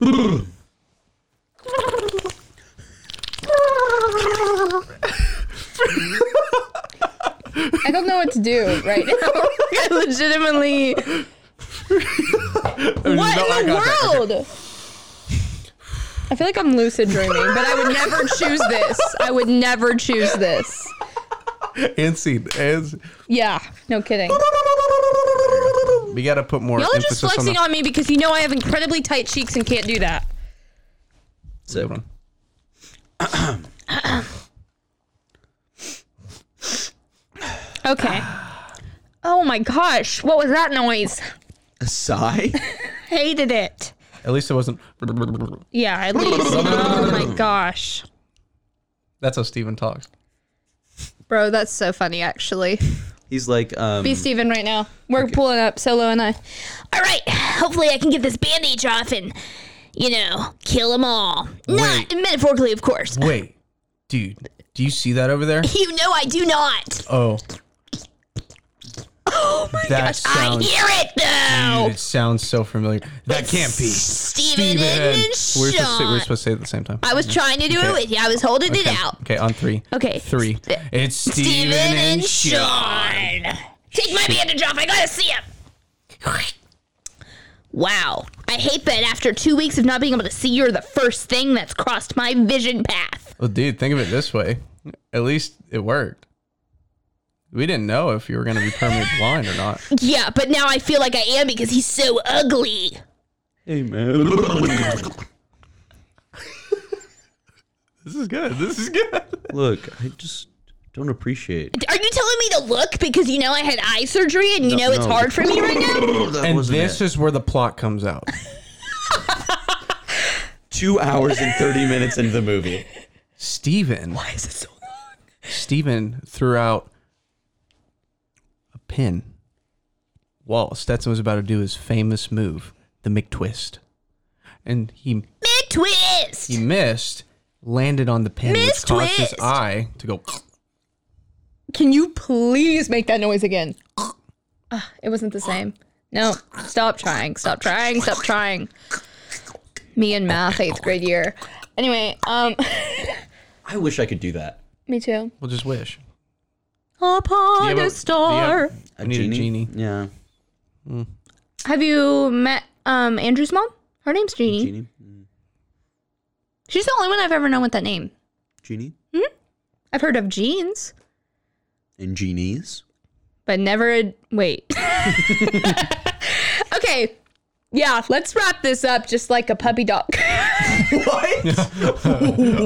[SPEAKER 2] I don't know what to do right now. I legitimately. what in the world? I feel like I'm lucid dreaming, but I would never choose this. I would never choose this.
[SPEAKER 4] And scene. And scene.
[SPEAKER 2] Yeah, no kidding.
[SPEAKER 4] we got to put more
[SPEAKER 3] Y'all are
[SPEAKER 4] emphasis
[SPEAKER 3] just flexing
[SPEAKER 4] on
[SPEAKER 3] on me because you know I have incredibly tight cheeks and can't do that.
[SPEAKER 4] the. Hold on.
[SPEAKER 2] Okay. Oh my gosh, what was that noise?
[SPEAKER 1] A sigh?
[SPEAKER 2] Hated it.
[SPEAKER 4] At least it wasn't.
[SPEAKER 2] Yeah, at least. oh my gosh.
[SPEAKER 4] That's how Steven talks.
[SPEAKER 2] Bro, that's so funny actually.
[SPEAKER 1] He's like, um,
[SPEAKER 2] Be Steven right now. We're pulling up Solo and I.
[SPEAKER 3] All right, hopefully I can get this bandage off and, you know, kill them all. Not metaphorically, of course.
[SPEAKER 4] Wait, dude, do you see that over there?
[SPEAKER 3] You know I do not.
[SPEAKER 4] Oh. Oh my that
[SPEAKER 3] I
[SPEAKER 4] Sounds,
[SPEAKER 3] hear it though.
[SPEAKER 4] dude, it sounds so familiar. That can't be.
[SPEAKER 3] Steven, and
[SPEAKER 4] We We're supposed, to say, we
[SPEAKER 3] Sean.
[SPEAKER 4] were supposed to say it at the same time.
[SPEAKER 3] I was trying to do it with you. I was holding it
[SPEAKER 4] okay.
[SPEAKER 3] out.
[SPEAKER 4] Okay, on three.
[SPEAKER 3] Okay.
[SPEAKER 4] Three. It's Steven,
[SPEAKER 3] Steven
[SPEAKER 4] and
[SPEAKER 3] and
[SPEAKER 4] Sean.
[SPEAKER 3] Sean. Take my bandage off. I gotta see him. Wow. I hate that after two weeks of not being able to see you're the first thing that's crossed my vision path.
[SPEAKER 4] Well, dude, think of it this way. At least it worked. We didn't know if you were going to be permanently blind or not.
[SPEAKER 3] Yeah, but now I feel like I am because he's so ugly.
[SPEAKER 1] hey, man.
[SPEAKER 4] This is good. This is good.
[SPEAKER 1] Look, I just don't appreciate.
[SPEAKER 3] Are you telling me to look because you know I had eye surgery and you know it's
[SPEAKER 1] no.
[SPEAKER 3] hard for me right now?
[SPEAKER 1] That
[SPEAKER 4] And
[SPEAKER 1] wasn't
[SPEAKER 4] this
[SPEAKER 1] it.
[SPEAKER 4] is where the plot comes out.
[SPEAKER 1] two hours and thirty minutes into the movie.
[SPEAKER 4] Steven. Why is it so long? Steven threw out a pin while Stetson was about to do his famous move, the McTwist. And he
[SPEAKER 3] Big twist.
[SPEAKER 4] he missed, landed on the pin, which caused his
[SPEAKER 3] McTwist!
[SPEAKER 4] eye to go.
[SPEAKER 2] Can you please make that noise again? Ah, it wasn't the same. No, stop trying. Stop trying. Stop trying. Me and math, eighth grade year. Anyway, um,
[SPEAKER 1] I wish I could do that.
[SPEAKER 2] me too.
[SPEAKER 4] We'll just wish. Do
[SPEAKER 2] Upon
[SPEAKER 4] you have a- do you
[SPEAKER 2] a
[SPEAKER 4] have-
[SPEAKER 2] star.
[SPEAKER 4] I need a genie.
[SPEAKER 1] Yeah,
[SPEAKER 2] Have you met um Andrew's mom? Her name's Jeannie.
[SPEAKER 1] genie,
[SPEAKER 2] She's the only one I've ever known with that name.
[SPEAKER 1] genie,
[SPEAKER 2] I've heard of jeans,
[SPEAKER 1] and genies.
[SPEAKER 2] but never a wait. okay. Yeah, let's wrap this up just like a puppy dog.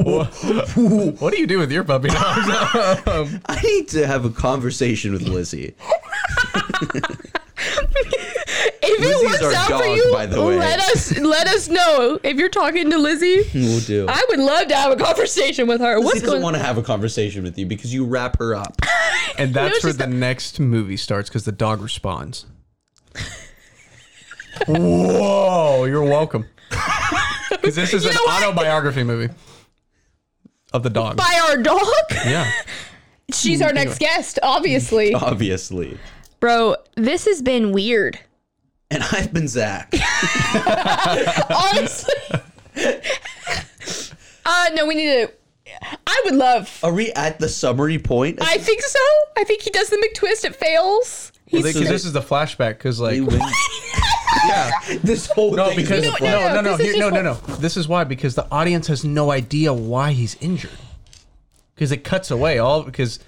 [SPEAKER 4] What do you do with your puppy dogs?
[SPEAKER 1] I need to have a conversation with Lizzie.
[SPEAKER 2] if
[SPEAKER 1] Lizzie's
[SPEAKER 2] it works
[SPEAKER 1] our
[SPEAKER 2] out for
[SPEAKER 1] dog,
[SPEAKER 2] you,
[SPEAKER 1] by the way.
[SPEAKER 2] let us let us know if you're talking to Lizzie.
[SPEAKER 1] We'll do.
[SPEAKER 2] I would love to have a conversation with her.
[SPEAKER 1] Lizzie
[SPEAKER 2] What's
[SPEAKER 1] doesn't
[SPEAKER 2] going on?
[SPEAKER 1] want to have a conversation with you because you wrap her up.
[SPEAKER 4] and that's where
[SPEAKER 2] she's
[SPEAKER 4] the next movie starts because the dog responds. Whoa, you're welcome. Because this is an autobiography movie of the dog.
[SPEAKER 2] By our dog?
[SPEAKER 4] Yeah.
[SPEAKER 2] She's our next guest, obviously.
[SPEAKER 1] Obviously.
[SPEAKER 2] Bro, this has been weird.
[SPEAKER 1] And I've been Zach.
[SPEAKER 2] Honestly. uh no, we need to I would love
[SPEAKER 1] Are we at the summary point?
[SPEAKER 2] I think so. I think he does the McTwist. It fails.
[SPEAKER 4] Because this is the flashback. Because
[SPEAKER 1] They
[SPEAKER 4] like
[SPEAKER 1] win-
[SPEAKER 4] Yeah.
[SPEAKER 1] This whole
[SPEAKER 4] No,
[SPEAKER 1] thing is
[SPEAKER 4] because
[SPEAKER 1] gonna
[SPEAKER 4] no,
[SPEAKER 1] play.
[SPEAKER 4] no, no, no,
[SPEAKER 3] this is
[SPEAKER 4] here- no,
[SPEAKER 3] just
[SPEAKER 4] no, no. This is why because the audience has no idea why he's injured. Because it cuts away all. Because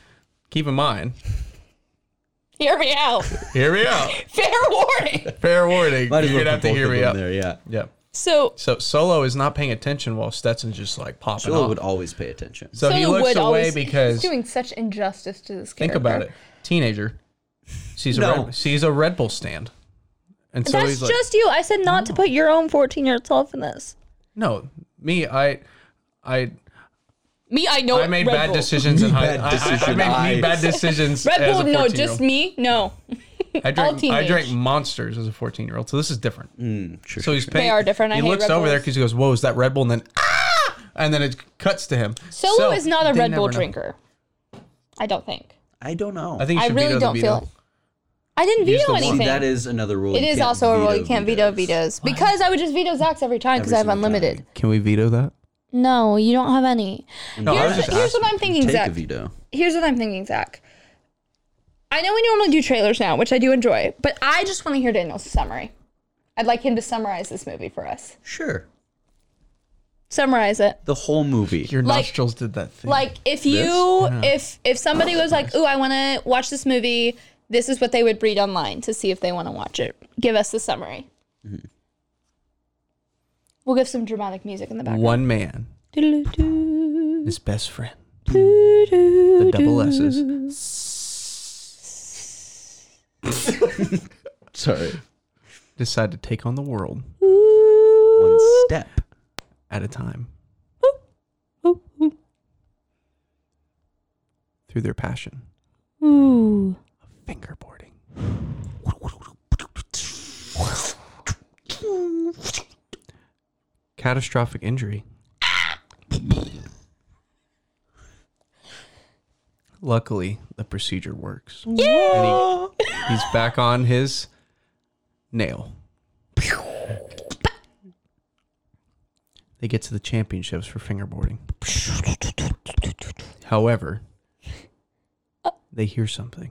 [SPEAKER 4] keep in mind,
[SPEAKER 2] Hear me out.
[SPEAKER 4] hear me out.
[SPEAKER 2] Fair warning.
[SPEAKER 4] Fair warning.
[SPEAKER 1] Might as
[SPEAKER 4] You're
[SPEAKER 1] well
[SPEAKER 4] gonna have
[SPEAKER 1] put
[SPEAKER 4] to
[SPEAKER 1] both
[SPEAKER 4] hear
[SPEAKER 1] of
[SPEAKER 4] me
[SPEAKER 1] them
[SPEAKER 4] out.
[SPEAKER 1] there. Yeah,
[SPEAKER 4] Yeah.
[SPEAKER 2] So
[SPEAKER 4] So Solo is not paying attention while Stetson's just like popping
[SPEAKER 1] Solo
[SPEAKER 4] off.
[SPEAKER 1] would always pay attention.
[SPEAKER 4] so he
[SPEAKER 2] Solo
[SPEAKER 4] looks
[SPEAKER 2] would
[SPEAKER 4] away
[SPEAKER 2] always-
[SPEAKER 4] because
[SPEAKER 3] doing such injustice to this
[SPEAKER 4] think
[SPEAKER 3] character.
[SPEAKER 4] about it. Teenager sees a
[SPEAKER 1] No.
[SPEAKER 4] red, sees a Red Bull stand, and so
[SPEAKER 2] that's
[SPEAKER 4] he's like,
[SPEAKER 2] just you. I said not to put your own 14 year old self in this.
[SPEAKER 4] no, me, I, I.
[SPEAKER 2] Me, I know.
[SPEAKER 4] I made
[SPEAKER 2] Red
[SPEAKER 4] bad
[SPEAKER 2] Bull.
[SPEAKER 4] decisions in
[SPEAKER 1] Me
[SPEAKER 4] high.
[SPEAKER 1] bad
[SPEAKER 4] I, I, I
[SPEAKER 1] decision,
[SPEAKER 4] made me
[SPEAKER 1] I-
[SPEAKER 4] bad decisions.
[SPEAKER 2] Red
[SPEAKER 4] as
[SPEAKER 2] Bull,
[SPEAKER 4] a
[SPEAKER 2] no,
[SPEAKER 4] 14-year-old.
[SPEAKER 2] just me, no.
[SPEAKER 4] I
[SPEAKER 2] all
[SPEAKER 4] drank. I
[SPEAKER 2] teenage.
[SPEAKER 4] drank monsters as a fourteen-year-old, so this is different.
[SPEAKER 1] Mm. Sure.
[SPEAKER 4] So he's paying,
[SPEAKER 2] are different. I
[SPEAKER 4] He
[SPEAKER 2] hate
[SPEAKER 4] looks
[SPEAKER 2] Red
[SPEAKER 4] over there
[SPEAKER 2] Bulls.
[SPEAKER 4] because he goes, "Whoa, is that Red Bull?" And then ah, and then it cuts to him.
[SPEAKER 2] Solo
[SPEAKER 4] So,
[SPEAKER 2] is not a
[SPEAKER 4] they
[SPEAKER 2] Red Bull
[SPEAKER 4] never know.
[SPEAKER 2] drinker. I don't think.
[SPEAKER 1] I don't know.
[SPEAKER 4] I think
[SPEAKER 2] I
[SPEAKER 4] you should
[SPEAKER 2] really
[SPEAKER 4] veto the
[SPEAKER 2] don't feel
[SPEAKER 4] veto.
[SPEAKER 2] it. I didn't
[SPEAKER 4] He's
[SPEAKER 2] veto
[SPEAKER 4] the one.
[SPEAKER 1] See,
[SPEAKER 2] anything.
[SPEAKER 1] that is another rule.
[SPEAKER 2] it
[SPEAKER 1] you
[SPEAKER 2] is
[SPEAKER 1] can't
[SPEAKER 2] also a rule you can't veto vetoes because I would just veto Zach's every time because
[SPEAKER 1] Every
[SPEAKER 2] I have
[SPEAKER 1] single
[SPEAKER 2] unlimited.
[SPEAKER 1] time.
[SPEAKER 4] Can we veto that?
[SPEAKER 2] No, you don't have any.
[SPEAKER 4] No, I was
[SPEAKER 2] here's
[SPEAKER 4] just
[SPEAKER 2] here's
[SPEAKER 4] asking.
[SPEAKER 2] what I'm thinking,
[SPEAKER 1] Take
[SPEAKER 2] Zach.
[SPEAKER 1] a veto.
[SPEAKER 2] here's what I'm thinking, Zach. I know we normally do trailers now, which I do enjoy, but I just want to hear Daniel's summary. I'd like him to summarize this movie for us.
[SPEAKER 1] Sure.
[SPEAKER 2] Summarize it.
[SPEAKER 1] The whole movie.
[SPEAKER 4] Your
[SPEAKER 2] Like-
[SPEAKER 4] nostrils did that thing.
[SPEAKER 2] Like if you
[SPEAKER 1] Uh-huh.
[SPEAKER 2] if if somebody was like, "Ooh, I want to watch this movie," this is what they would read online to see if they want to watch it. Give us the summary.
[SPEAKER 1] Mm-hmm.
[SPEAKER 2] We'll give some dramatic music in the background.
[SPEAKER 4] one man, his best friend, the double S's.
[SPEAKER 1] Sorry.
[SPEAKER 4] Decide to take on the world
[SPEAKER 1] One step.
[SPEAKER 4] at a time through their passion of fingerboarding. Catastrophic injury. Luckily, the procedure works. And he- he's back on his nail. They get to the championships for fingerboarding. However, they hear something.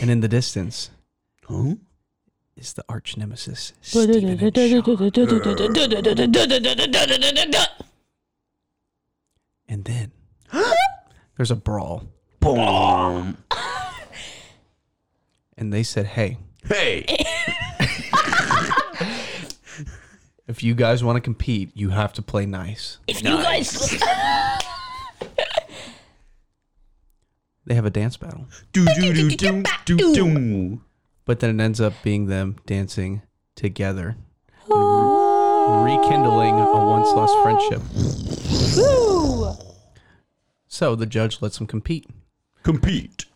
[SPEAKER 4] and in the distance
[SPEAKER 1] Huh?
[SPEAKER 4] is the arch nemesis, Stephen and Sean. And then there's a brawl.
[SPEAKER 1] Boom.
[SPEAKER 4] And they said, hey,
[SPEAKER 1] Hey.
[SPEAKER 4] if you guys want to compete, you have to play nice.
[SPEAKER 2] If you guys,
[SPEAKER 4] They have a dance battle.
[SPEAKER 1] Do do do do do do.
[SPEAKER 4] But then it ends up being them dancing together, and re- rekindling a once lost friendship. So the judge lets them compete.
[SPEAKER 1] Compete.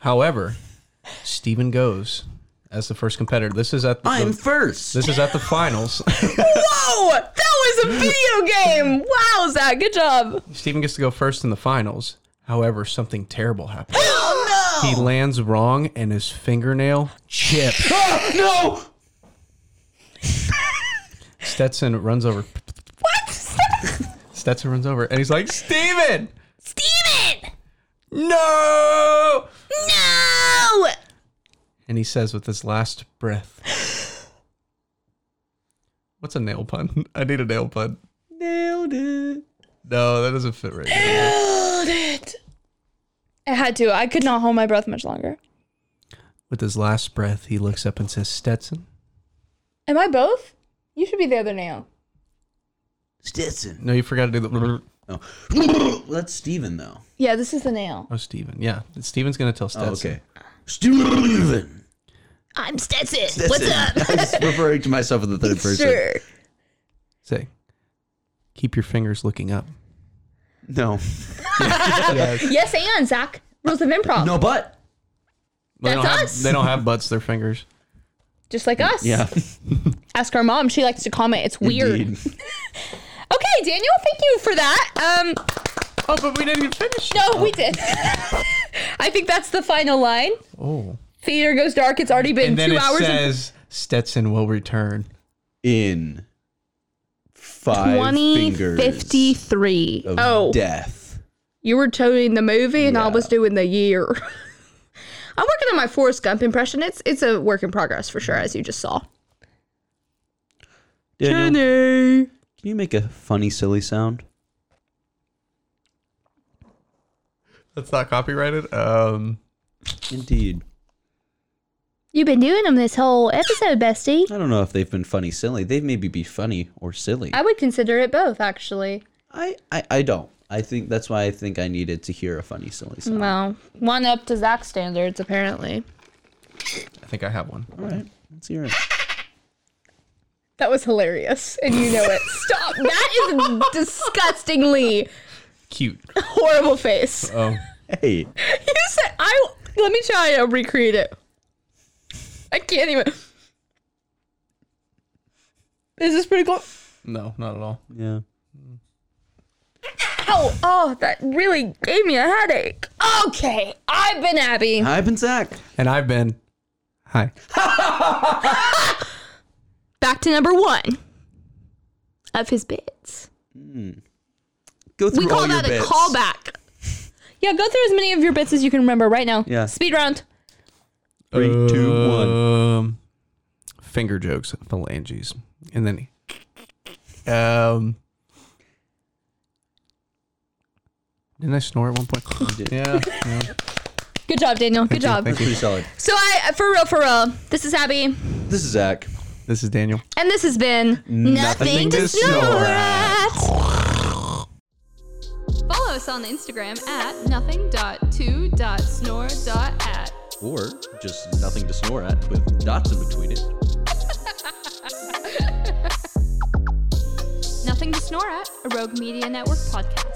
[SPEAKER 4] However, Steven goes as the first competitor. This is at the,
[SPEAKER 1] I'm first.
[SPEAKER 4] this is at the finals.
[SPEAKER 2] whoa, that was a video game. Wow, Zach, good job.
[SPEAKER 4] Steven gets to go first in the finals. However, something terrible happens. He lands wrong and his fingernail chips.
[SPEAKER 1] No.
[SPEAKER 4] Stetson runs over. What? Stetson runs over and he's like, Steven!
[SPEAKER 2] Steven!
[SPEAKER 4] No!
[SPEAKER 2] No!
[SPEAKER 4] And he says with his last breath, What's a nail pun? I need a nail pun.
[SPEAKER 1] Nailed it.
[SPEAKER 4] No, that doesn't fit right. now.
[SPEAKER 2] Build it. I had to. I could not hold my breath much longer.
[SPEAKER 4] With his last breath, he looks up and says, Stetson?
[SPEAKER 2] Am I both? You should be the other nail.
[SPEAKER 1] Stetson.
[SPEAKER 4] No, you forgot to do the.
[SPEAKER 1] No. That's Steven though.
[SPEAKER 2] Yeah, this is the nail.
[SPEAKER 4] Oh, Steven. Yeah. Steven's going to tell Stetson.
[SPEAKER 1] Oh, okay. Steven.
[SPEAKER 2] I'm Stetson.
[SPEAKER 1] Stetson. I was referring to myself in the third person.
[SPEAKER 4] Say, keep your fingers looking up.
[SPEAKER 1] No.
[SPEAKER 2] Yes, and Zach. Rules of improv.
[SPEAKER 1] No, but.
[SPEAKER 4] They don't
[SPEAKER 2] That's
[SPEAKER 4] have,
[SPEAKER 2] us.
[SPEAKER 4] They don't have butts, their fingers.
[SPEAKER 2] Just like us.
[SPEAKER 1] Yeah.
[SPEAKER 2] Ask our mom. She likes to comment. It's weird.
[SPEAKER 1] Indeed.
[SPEAKER 2] Okay, Daniel, thank you for that. Um,
[SPEAKER 4] Oh, but we didn't even finish.
[SPEAKER 2] no, we did. I think that's the final line.
[SPEAKER 4] Oh.
[SPEAKER 2] Theater goes dark. It's already been
[SPEAKER 4] And then
[SPEAKER 2] two
[SPEAKER 4] it
[SPEAKER 2] hours. and-
[SPEAKER 4] says, Stetson will return.
[SPEAKER 1] In five fingers
[SPEAKER 3] 2053.
[SPEAKER 1] of
[SPEAKER 2] Oh.
[SPEAKER 1] death.
[SPEAKER 3] You were doing the movie and I was doing the year.
[SPEAKER 2] I'm working on my Forrest Gump impression. It's it's a work in progress for sure, as you just saw.
[SPEAKER 1] Daniel, can you make a funny, silly sound?
[SPEAKER 4] That's not copyrighted. Um,
[SPEAKER 1] Indeed.
[SPEAKER 3] You've been doing them this whole episode, bestie.
[SPEAKER 1] I don't know if they've been funny, silly. They've maybe be funny or silly.
[SPEAKER 2] I would consider it both, actually.
[SPEAKER 1] I, I, I don't. I think that's why I think I needed to hear a funny, silly sound.
[SPEAKER 2] Well, one up to Zach's standards, apparently.
[SPEAKER 4] I think I have one.
[SPEAKER 1] All right, let's hear it.
[SPEAKER 2] That was hilarious, and you know it. Stop. That is disgustingly
[SPEAKER 4] Cute.
[SPEAKER 2] horrible face.
[SPEAKER 4] Oh,
[SPEAKER 1] Hey,
[SPEAKER 2] You said I. Let me try to recreate it. I can't even. This is pretty cool.
[SPEAKER 4] no, not at all.
[SPEAKER 1] yeah.
[SPEAKER 2] Ow! Oh, that really gave me a headache. Okay, I've been Abby.
[SPEAKER 1] I've been Zach.
[SPEAKER 4] And I've been. Hi.
[SPEAKER 3] Back to number one of his bits.
[SPEAKER 1] Go through
[SPEAKER 3] We
[SPEAKER 1] all
[SPEAKER 3] call
[SPEAKER 1] your
[SPEAKER 3] that
[SPEAKER 1] bits.
[SPEAKER 3] a callback.
[SPEAKER 2] Yeah, go through as many of your bits as you can remember right now.
[SPEAKER 1] Yeah.
[SPEAKER 2] Speed round.
[SPEAKER 1] Three, two, one.
[SPEAKER 4] Um, finger jokes, phalanges, and then. Um. Didn't I snore at one point?
[SPEAKER 1] did.
[SPEAKER 4] yeah. yeah.
[SPEAKER 2] Good job, Daniel. Good job.
[SPEAKER 4] Thank you.
[SPEAKER 1] Pretty solid.
[SPEAKER 2] So I, for real, for real, this is Abby, and
[SPEAKER 1] This is Zach.
[SPEAKER 4] This is Daniel.
[SPEAKER 2] this has been
[SPEAKER 1] Nothing to snore at.
[SPEAKER 2] Follow us on Instagram at nothing.2.snore.at.
[SPEAKER 1] Or just nothing to snore at with dots in between it.
[SPEAKER 2] Nothing to Snore At, a Rogue Media Network podcast.